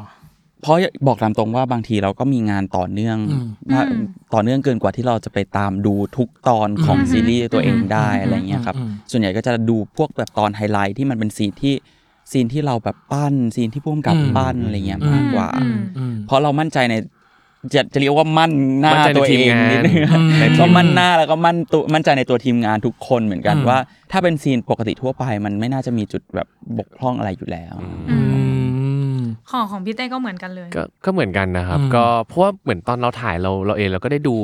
D: เพราะบอกตามตรงว่าบางทีเราก็มีงานต่อเนื่อง
B: อืม
D: ว่า
A: อืม
D: ต่อเนื่องเกินกว่าที่เราจะไปตามดูทุกตอนของ
A: อืม
D: ซีรีส์ตัวเองได้
B: อืม
D: อะไรเงี้ยครับ
B: อืม
D: ส่วนใหญ่ก็จะดูพวกแบบตอนไฮไลท์ที่มันเป็นซีนที่ซีนที่เราแบบปั้นซีนที่พุ่มกับปั้นอะไรเงี้ยมากกว่า
A: อืม
B: อืม
D: เพราะเรามั่นใจในจะจะเรียกว่ามั่นหน้า
C: มั่นใจใน
D: ตัว
C: ทีม
D: เอง
C: งาน
D: นิดนึง
B: อืมในทีม
D: ก็มั่นหน้าแล้วก็มั่นตัวมั่นใจในตัวทีมงานทุกคนเหมือนกัน
B: อืม
D: ว่า ถ้าเป็นซีนปกติทั่วไป มันไม่น่าจะมีจุดแบบบกพร่องอะไรอยู่แล้ว
A: อื
B: อื
A: ม
B: ม
A: ของของพี่เต้ก็เหมือนกันเลย
C: ก็ก็เหมือนกันนะครับ
B: อืม
C: ก็เพราะว่าเหมือนตอนเราถ่ายเราเราเองเราก็ได้ดู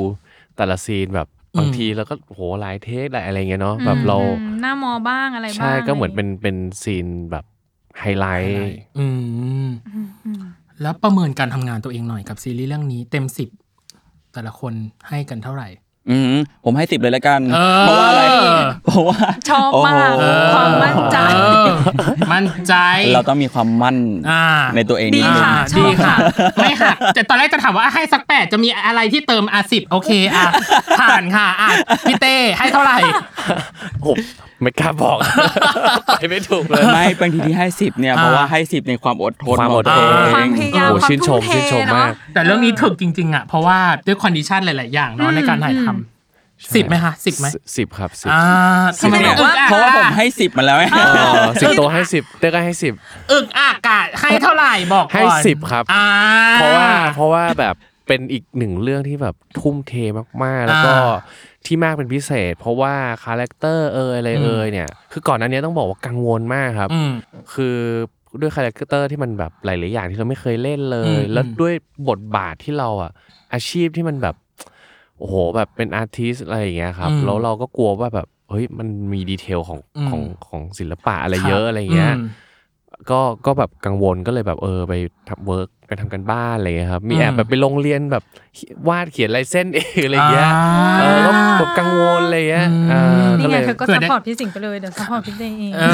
C: แต่ละซีนแบบบาง
B: อืม
C: ทีเราก็โหหลายเทคหลายอะไรเงี้ยเนาะแบบเรา
A: อืมหน้ามอบ้างอะไรบ้าง
C: ใช่ก็เหมือนะ
A: ไร
C: เป็นเป็นซีนแบบไฮไลท์
B: อืม
A: อืมอืม
B: แล้วประเมินการทำงานตัวเองหน่อยกับซีรีส์เรื่องนี้เต็มสิบแต่ละคนให้กันเท่าไหร่
D: อืมผมให้สิบเลยละกัน
B: เออ
D: ราะว่าอะไรเพราะว่า
A: ชอบมาก
D: โอ้โห
A: ความมั่นใจ
B: เออมั่นใจ
D: เราต้องมีความมั่น
B: อ่า
D: ในตัวเอง
A: ดี
D: นิดนึง
A: ค่ะ
B: อ่า
A: ชอบ
B: ดีค่ะ
A: ค่ะ
B: ไม่หักแต่ตอนแรกจะถามว่าอ่ะให้สักแปดจะมีอะไรที่เติมอาสิบโอเคอ่ะผ่านค่ะอ่ะพี่เต้ให้เท่าไหร่
C: ผมไม่กล้าบอก ไปไม่ถูกเลย
D: ไม่บางทีที่ให้สิบเนี่ย
B: อ่า
D: เพราะว่าให้สิบในความอดทน
C: ความอดทน
D: ขง
A: ความพยา
D: ตัวเอง
A: ยาม
C: โอ้
A: ความ
C: ชื่นช
A: ทุ่
C: ม
A: มเท
C: ชื่นชม
A: เนอะ
C: มาก
B: แต่เรื่องนี้ถึกจริง ๆอ่ะเพราะว่าด้วยคอนดิชันหลาย ๆ อย่างเนาะในการถ่ายท
A: อืม
B: ำสิบไหมคะสิบไหม
C: สิบครับสิบ
B: อ่าทำไมถึงอึกอัก
D: เพราะว่าผม
B: อ่ะ
D: ให้สิบมาแล้วไง
C: เออสิบตัวให้สิบเต้ก็ให้สิบ
B: อึกอักอ่ะให้เท่าไหร่บอกก่อน
C: ให้สิบครับ
B: อ่า
C: เพราะว่าเพราะว่าแบบเป็นอีกหนึ่งเรื่องที่แบบทุ่มเทมากๆ แล้วก็
B: อ่า
C: ที่มากเป็นพิเศษ เพราะว่าคาแรคเตอร์เอยอะไรเอยเนี่ย คือก่อนอันเนี้ยต้องบอกว่ากังวลมากครับ
B: อืม
C: คือด้วยคาแรคเตอร์ที่มันแบบหลายๆอย่างที่เราไม่เคยเล่นเล
B: อื
C: ย
B: ม
C: แล้ว
B: อืม
C: ด้วยบทบาทที่เราอ่ะอาชีพที่มันแบบโอ้โหแบบเป็นอาร์ติสอะไรอย่างเงี้ยครับ
B: อืม
C: แล้วเราก็กลัวว่าแบบเฮ้ยมันมีดีเทลของ
B: อืม
C: ของของศิลปะอะไรเยอะอะไรอย่างเงี้ย
B: ม
C: ก็ก็แบบกังวลก็เลยแบบเออไปทำเวิร์กไปทำกันบ้านอะไรอย่างเงี้ยครับมีแอบ
B: อืม
C: แบบไปโรงเรียนแบบวาดเขียนลายเส้นเองอะไรอย่างเงี้ยเออก็แบบกังวลอะไรอย่างเงี้ยเออ
A: นี่
C: ก็
A: ไง
C: เลย
A: เธอก็
B: เผื่
A: ซั
B: อ
A: พ
B: ได้
A: พอร์ตพี่สิงห์ไปเลยเดี๋ยวซัพพอร์ตพี่เต้เอง
B: เอ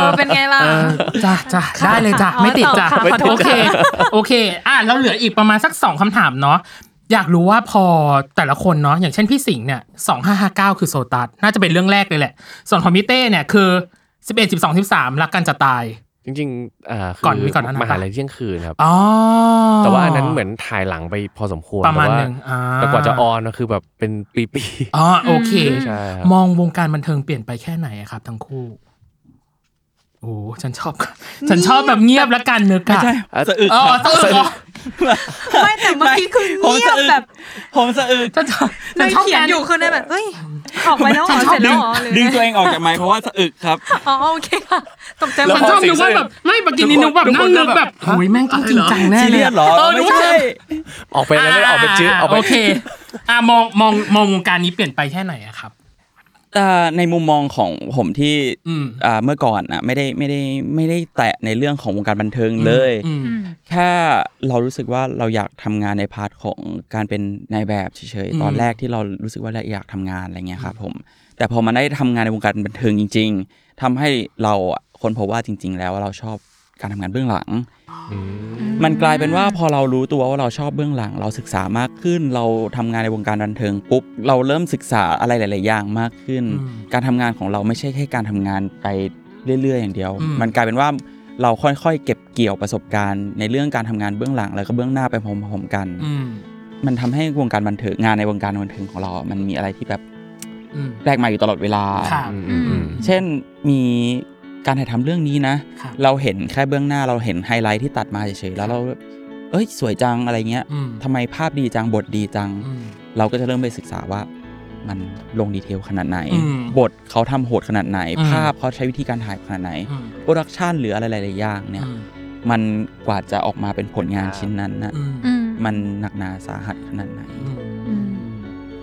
B: อ
A: เป็นไงล่ะ
B: เออจ้าจ้าได้เลยจ้า
A: อ๋อ
B: ไม่ติดจ้า
A: ตอบค่ะขอโทษ
B: โอเค โอเค อ่ะเราเหลืออีกประมาณสักสองคำถามเนาะอยากรู้ว่าพอแต่ละคนเนาะอย่างเช่นพี่สิงห์เนี่ยสองห้าห้าเก้าคือโซตัสน่าจะเป็นเรื่องแรกเลยแหละ ส่วนของพี่เต้เนี่ยคือสิบเอ็ดสิบสองสิบสามรักกันจะตาย
C: จริงๆอ่าคื
B: ก่อนมีก่อนนั้นนะ
C: มหาลัยเที่ยงคืนครับ
B: อ๋อ
C: แต่ว่าอันนั้นเหมือนถ่ายหลังไปพอสมควร
B: ประมาณ
C: แต่ว่
B: หนึ่งอ่า
C: แต่กว่าจะออนก็คือแบบเป็นปี
B: อ๋อโอเค
C: ๆใช่ครับ
B: มองวงการบันเทิงเปลี่ยนไปแค่ไหนอะครับ ทั้งคู่ โอ้ฉันชอบ ฉันชอบแบบเงียบและกันนึกอะ
D: ใช่
C: อ่ะ
D: สะอึก
B: อ๋อ
D: ครับ
B: ตื่นเหรอ
F: ไม่แต่เมื่อกี้คือ
D: ผม
F: เงีย
D: สะ
F: บ
D: อึก
F: แบบ
D: ผมสะอึก
B: ฉันชอบฉั
F: ไม่
B: นชอบ
F: เขียน
B: การ
F: อยู่คือในแบบเอ้ยออกไปแล้วเหรอ
D: ชอ
F: เสร็
D: บ
F: จแล้
D: ดึ
F: ว
D: ง
F: เหรอหรือ
D: ดึงตัว
F: ไง
D: เองออกจากไมค์เพราะว่าสะอึกครับ
F: อ๋อโอเคค่ะตกใจห
D: แล้ว
F: ม
B: ฉั
F: ด
B: นชอบ
D: พอ
B: นึกว่าแบบ ไม่ปกินนี่นึกแบบนั่งนึกแบบโอ้ยแม่งต้องจริงจังแน่
D: ซี
B: เล
D: เรี
B: ย
D: ยสเหรอ
B: เออ
D: ไม่
B: รู้ใช่
D: ใช่
C: ออกไปแล้วไม่ได้ออกไปจื้อออกไป
B: โอเคอ่ะมองมองมองวงการนี้เปลี่ยนไปแค่ไหนอะครับ
D: อ่าในมุมมองของผมที่
B: อืม
D: อ่าเมื่อก่อนอ่ะไม่ได้ไม่ได้ไม่ได้แตะในเรื่องของวงการบันเทิงเลย
B: อืม
D: แค่เรารู้สึกว่าเราอยากทำงานในพาร์ทของการเป็นนายแบบเฉย
B: อืม
D: ๆตอนแรกที่เรารู้สึกว่าเราอยากทำงานอะไรเงี้ยครับผมแต่พอมาได้ทำงานในวงการบันเทิงจริง ๆทำให้เราอ่ะคนพบว่าจริง ๆ แล้วเราชอบการทำงานเบื้องหลัง มันกลายเป็นว่าพอเรารู้ตัวว่าเราชอบเบื้องหลัง เราศึกษามากขึ้น เราทำงานในวงการบันเทิงปุ๊บเราเริ่มศึกษาอะไรหลาย ๆ อย่างมากขึ้น
B: อืม
D: การทำงานของเราไม่ใช่แค่การทำงานไปเรื่อย ๆ อย่างเดียว
B: อืม
D: มันกลายเป็นว่าเราค่อย ๆ เก็บเกี่ยวประสบการณ์ ในเรื่องการทำงานเบื้องหลังแล้วก็เบื้องหน้าไปพร้อมๆกัน
B: อืม
D: มันทำให้วงการบันเทิงงานในวงการบันเทิงของเรา มันมีอะไรที่แบบ
B: อืม
D: แปลกใหม่อยู่ตลอดเวลา
B: ครับ
C: อืมอืม
D: เช่นมีการถ่ายทำเรื่องนี้นะ
B: ครับ
D: เราเห็นแค่เบื้องหน้าเราเห็นไฮไลท์ที่ตัดมาเฉยๆแล้วเราแบบเอ้ยสวยจังอะไรเงี้ย
B: อืม
D: ทำไมภาพดีจังบทดีจัง
B: อืม
D: เราก็จะเริ่มไปศึกษาว่ามันลงดีเทลขนาดไหน
B: อืม
D: บทเขาทำโหดขนาดไหน
B: อืม
D: ภาพเขาใช้วิธีการถ่ายขนาดไหน
B: อืม
D: โปรดักชันหรืออะไรหลายๆอย่างเนี่ย
B: อืม
D: มันกว่าจะออกมาเป็นผลงานชิ้นนั้นนะ
B: อืม
A: อืม
D: มันหนักหนาสาหัสขนาดไหน
B: อืม
A: อืม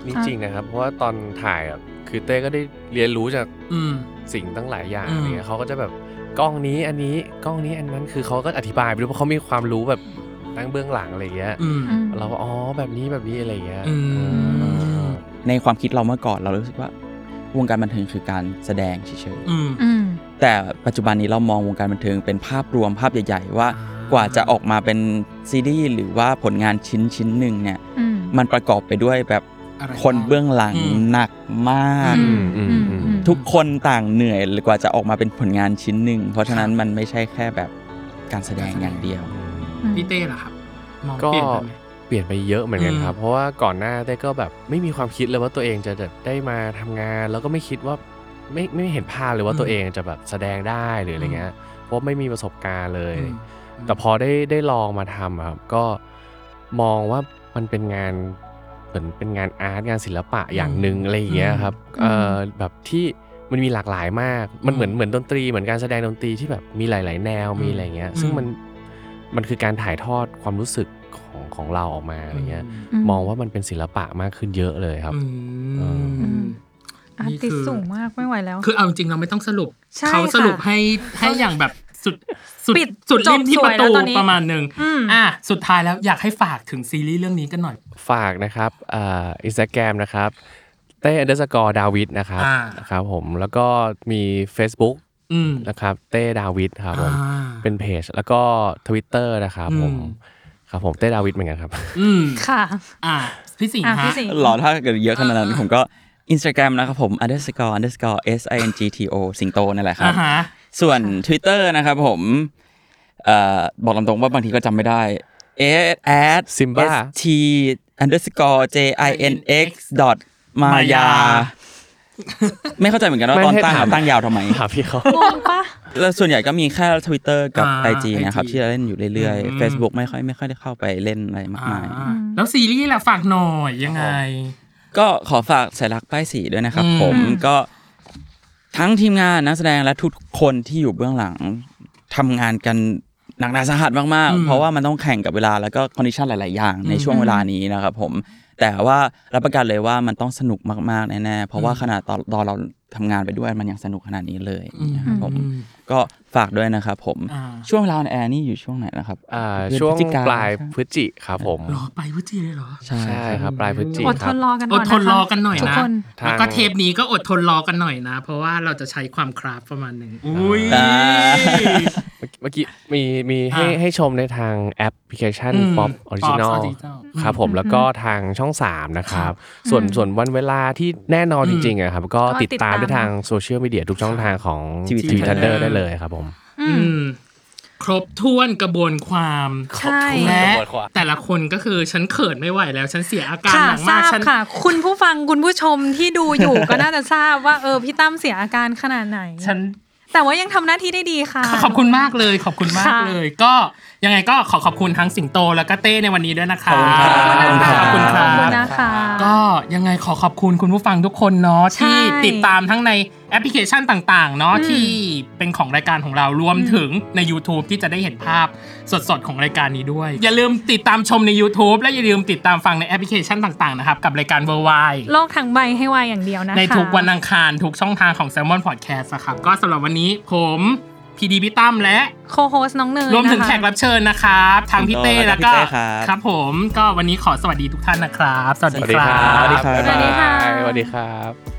C: นี่จริงนะครับ เพราะว่าตอนถ่ายอะคือเต้ก็ได้เรียนรู้จาก
B: อืม
C: สิ่งตั้งหลายอย่าง
B: อืม
C: อะไรเงี้ยเขาก็จะแบบกล้องนี้อันนี้กล้องนี้อันนั้นคือเขาก็อธิบายไปด้วยเพราะเขามีความรู้แบบทั้งเบื้องหลังอะไรเงี้ย
B: อืม
C: เราก็อ๋อแบบนี้แบบนี้อะไรเงี้ย
B: อืม
C: เออ
D: ในความคิดเราเมื่อก่อนเรารู้สึกว่าวงการบันเทิงคือการแสดงเฉยๆ
B: อืม
A: อืม
D: แต่ปัจจุบันนี้เรามองวงการบันเทิงเป็นภาพรวมภาพใหญ่ๆ ว่า
B: อ่าก
D: ว่าจะออกมาเป็นซีรีส์หรือว่าผลงานชิ้นชิ้นหนึ่งเนี่ย
A: อืม
D: มันประกอบไปด้วยแบบ
B: อะไร
D: คนเบื้องหลัง
B: อืม
D: หนักมาก
B: อืม
C: อืมอืม
D: ทุกคนต่างเหนื่อยกว่าจะออกมาเป็นผลงานชิ้นหนึ่ง เพราะฉะนั้นมันไม่ใช่แค่แบบการแสดงอย่างเดียว
B: พี่เต้ล่ะครับ มอง
C: ก็
B: เปลี่ยนไปไหม
C: เปลี่ยนไปเยอะเหมือนกันครับ
B: อืม
C: เพราะว่าก่อนหน้าเต้ก็แบบไม่มีความคิดเลยว่าตัวเองจะแบบได้มาทำงาน แล้วก็ไม่คิดว่าไม่ไม่เห็นภาพเลยว่า
B: อืม
C: ตัวเองจะแบบแสดงได้หรืออะไรเงี้ยเพราะไม่มีประสบการณ์เลย
B: อืม
C: แต่พอได้ได้ลองมาทำอะครับก็มองว่ามันเป็นงานเหมือนเป็นงานอาร์ตงานศิลปะอย่างหนึ่งอะไรอย่างเงี้ยครับเออแบบที่มันมีหลากหลายมาก มันเหมือนเหมือนดนตรีเหมือนการแสดงดนตรีที่แบบมีหลาย ๆ แนวมีอะไรเงี้ย ซึ่งมันมันคือการถ่ายทอดความรู้สึกของของเราออกมาอะไรเงี้ย มองว่ามันเป็นศิลปะมากขึ้นเยอะเลยครับ
B: อื
C: เออ
B: ม
A: อาร์ติสต์สูงมากไม่ไหวแล้ว
B: คือเอาจริงๆเราไม่ต้องสรุป
A: ใช่
B: เขาสรุป
A: ค่ะ
B: ให้ให้อย่างแบบสุดสุด
A: ปิด
B: สุดเล่มที่ประ
A: จบสวยแล้
B: ตู
A: วตอนนี้
B: ประมาณหนึ่ง
A: อืม
B: อ่ะสุดท้ายแล้วอยากให้ฝากถึงซีรีส์เรื่องนี้กันหน่อย
C: ฝากนะครับอ่าอินสตาแกรมนะครับเต้อันเดอร์สกอร์ดาวิดนะครับ
B: อ่า
C: นะครับผมแล้วก็มี Facebook
B: อืม
C: นะครับเต้ดาวิดครับผม
B: อ่า
C: เป็นเพจ แล้วก็ทวิตเตอร์นะครับผม
B: อืม
C: ครับผมเต้ดาวิดเหมือนกันครับ
B: อืม
A: ค่ะ
B: อ่ะพี่สิงห์
A: อ่ะ
B: ฮะ
A: พี่สิงห์
D: หรอถ้าเกิดเยอะขนาดนั้นผมก็อินสตาแกรมนะครับผม underscore underscore s i n g t o สิงโตนั่นแหละครั
B: อ่า
D: บ
B: ฮะ
D: ส่วน Twitter นะครับผมเอ่อบอกตามตรงว่าบางทีก็จำไม่ได้ s at
C: Simba
D: t underscore j i n x dot มายา
B: Maya
D: ไม่เข้าใจเหมือนกันว่า
C: ไม่
D: ตอน
C: ให้
D: ตั้ง
C: ถาม
D: อะตั้งยาวทำไม
C: ถามพี่เขา
A: งงปะ
D: แล้วส่วนใหญ่ก็มีแค่ Twitter กับ
B: อ่า
D: IG นะครับ
B: IG
D: ที่เราเล่นอยู่เรื่อย
B: อืม
D: ๆ Facebook ไม่ค่อยไม่ค่อยได้เข้าไปเล่นอะไรมา
B: อ่าม
D: กาย
B: แล้วซีรีส์ล่ะฝากหน่อยยังไง
D: ก็ขอฝากสายรักป้ายสีด้วยนะครับ
B: อืม
D: ผมก็ทั้งทีมงานนักแสดงและทุกคนที่อยู่เบื้องหลังทำงานกันหนักหนาสาหัสมาก
B: อืม
D: ๆ เพราะว่ามันต้องแข่งกับเวลาแล้วก็คอนดิชันหลาย ๆ อย่างใน
B: อืม
D: ช่วงเวลานี้นะครับผม แต่ว่ารับประกันเลยว่ามันต้องสนุกมากๆแน่ๆเพราะว่าขนาดตอนตอนเราทำงานไปด้วยมันยังสนุกขนาดนี้เลย
B: อืม
D: นะครับผมก็ฝากด้วยนะครับผม
B: อ่า
D: ช่วงเวลาออนแอร์นี่อยู่ช่วงไหนนะครับ
C: อ่า
D: เดือน
C: ช่วง
D: พฤศจิก
C: ปลาย
D: ใช่ไหม
C: พฤศจิครับผม
B: รอไปพุทธีเลยเหรอ
D: ใช่
C: ใช่
D: ครับ
C: ครับปลายพฤศจิ
A: อด
C: ค
A: ท
C: รับ
A: นรอกันห
B: อ
A: น่อ
B: ด
A: ย
B: ทน
A: ค
B: รอกันหน่อย
A: ทุก
B: นะ
A: คน
C: ทาง
B: แล้วก็เทปนี้ก็อดทนรอกันหน่อยนะ เพราะว่าเราจะใช้ความคราฟประมาณหนึ่งอุ้ย
D: อ่า
C: เมื่อกี้เมื่อกี้มีมีให้
B: อ่า
C: ให้ชมในทางแอปพลิเคชัน
B: อืม
C: ป๊อปออริจินอ
B: Pops
C: ล
B: Original
C: ครับผมแล้วก็ทางช่อง 3 นะครับ ส่วนส่วนวันเวลาที่แน่นอนจริงๆอะครับ ก็
A: ก็ติ
C: ติ
A: ด
C: ด
A: ตา
C: ตาม มได้ทางโซเชียลมีเดียทุกช่องทางของ
D: TV
C: TV Thunder
B: Thunder
C: ได้เลยครับผม
B: อืม ครบถ้วนกระบวนความ
A: ใช่
B: และ
C: กระบวนความ
B: แต่ละคนก็คือฉันเขินไม่ไหวแล้ว ฉันเสียอาการ
A: ค่ะ
B: หนักมา
A: ทา
B: ร
A: กบ
B: ฉัน
A: ค่ะ คุณผู้ฟังคุณผู้ชมที่ดูอยู่ ก็น่าจะทราบว่าเออพี่ตั้มเสียอาการขนาดไหน
B: ฉัน
A: แต่ว่ายังทำหน้าที่ได้ดีค่ะ
B: ขอบคุณมากเลยขอบคุณมาก
A: ค่ะ
B: เลย ก็ยังไงก็ขอขอบคุณทั้งสิงโตแล้วก็เต้ในวันนี้ด้วยนะคะ
A: ขอบคุณนะคะ
B: ขอบคุณค
A: ข
B: รั
A: อบคุณ
B: บ
A: นะคะ
B: ก็ยังไงขอขอบคุณคุณผู้ฟังทุกคนเนาะ
A: ใช่
B: ที่ติดตามทั้งในแอปพลิเคชันต่างๆเนาะที่เป็นของรายการของเรารวมถึงใน YouTube ที่จะได้เห็นภาพสดๆ ของรายการนี้ด้วย อย่าลืมติดตามชมใน YouTube และอย่าลืมติดตามฟังในแอปพลิเคชันต่างๆนะครับกับรายการเวอร์ไว
A: โลกทั้งใบให้วายอย่างเดียวนะคะ
B: ในทุกวันอังคารทุกช่องทางของ s ซ l m o n Podcast นะครับก็สำหรับวันนี้ผมพีดีพี่ตั้มและ
A: โคโฮสน้องเนย
B: รวมถึง
A: นะคะ
B: แขกรับเชิญนะครับทางพี่เต้แล้วก็
D: แล้วก็พี่เต้ครับ
B: ครับผมก็วันนี้ขอสวัสดีทุกท่านนะครับ สวัส
C: ส
B: ดี
C: วัสดี
B: ค
C: ค
B: รั
C: รับ บ
D: สวัสดีครับ
A: ส
C: บ๊ายบาย
A: วัสดีค่ะ
C: สวัสดีครับ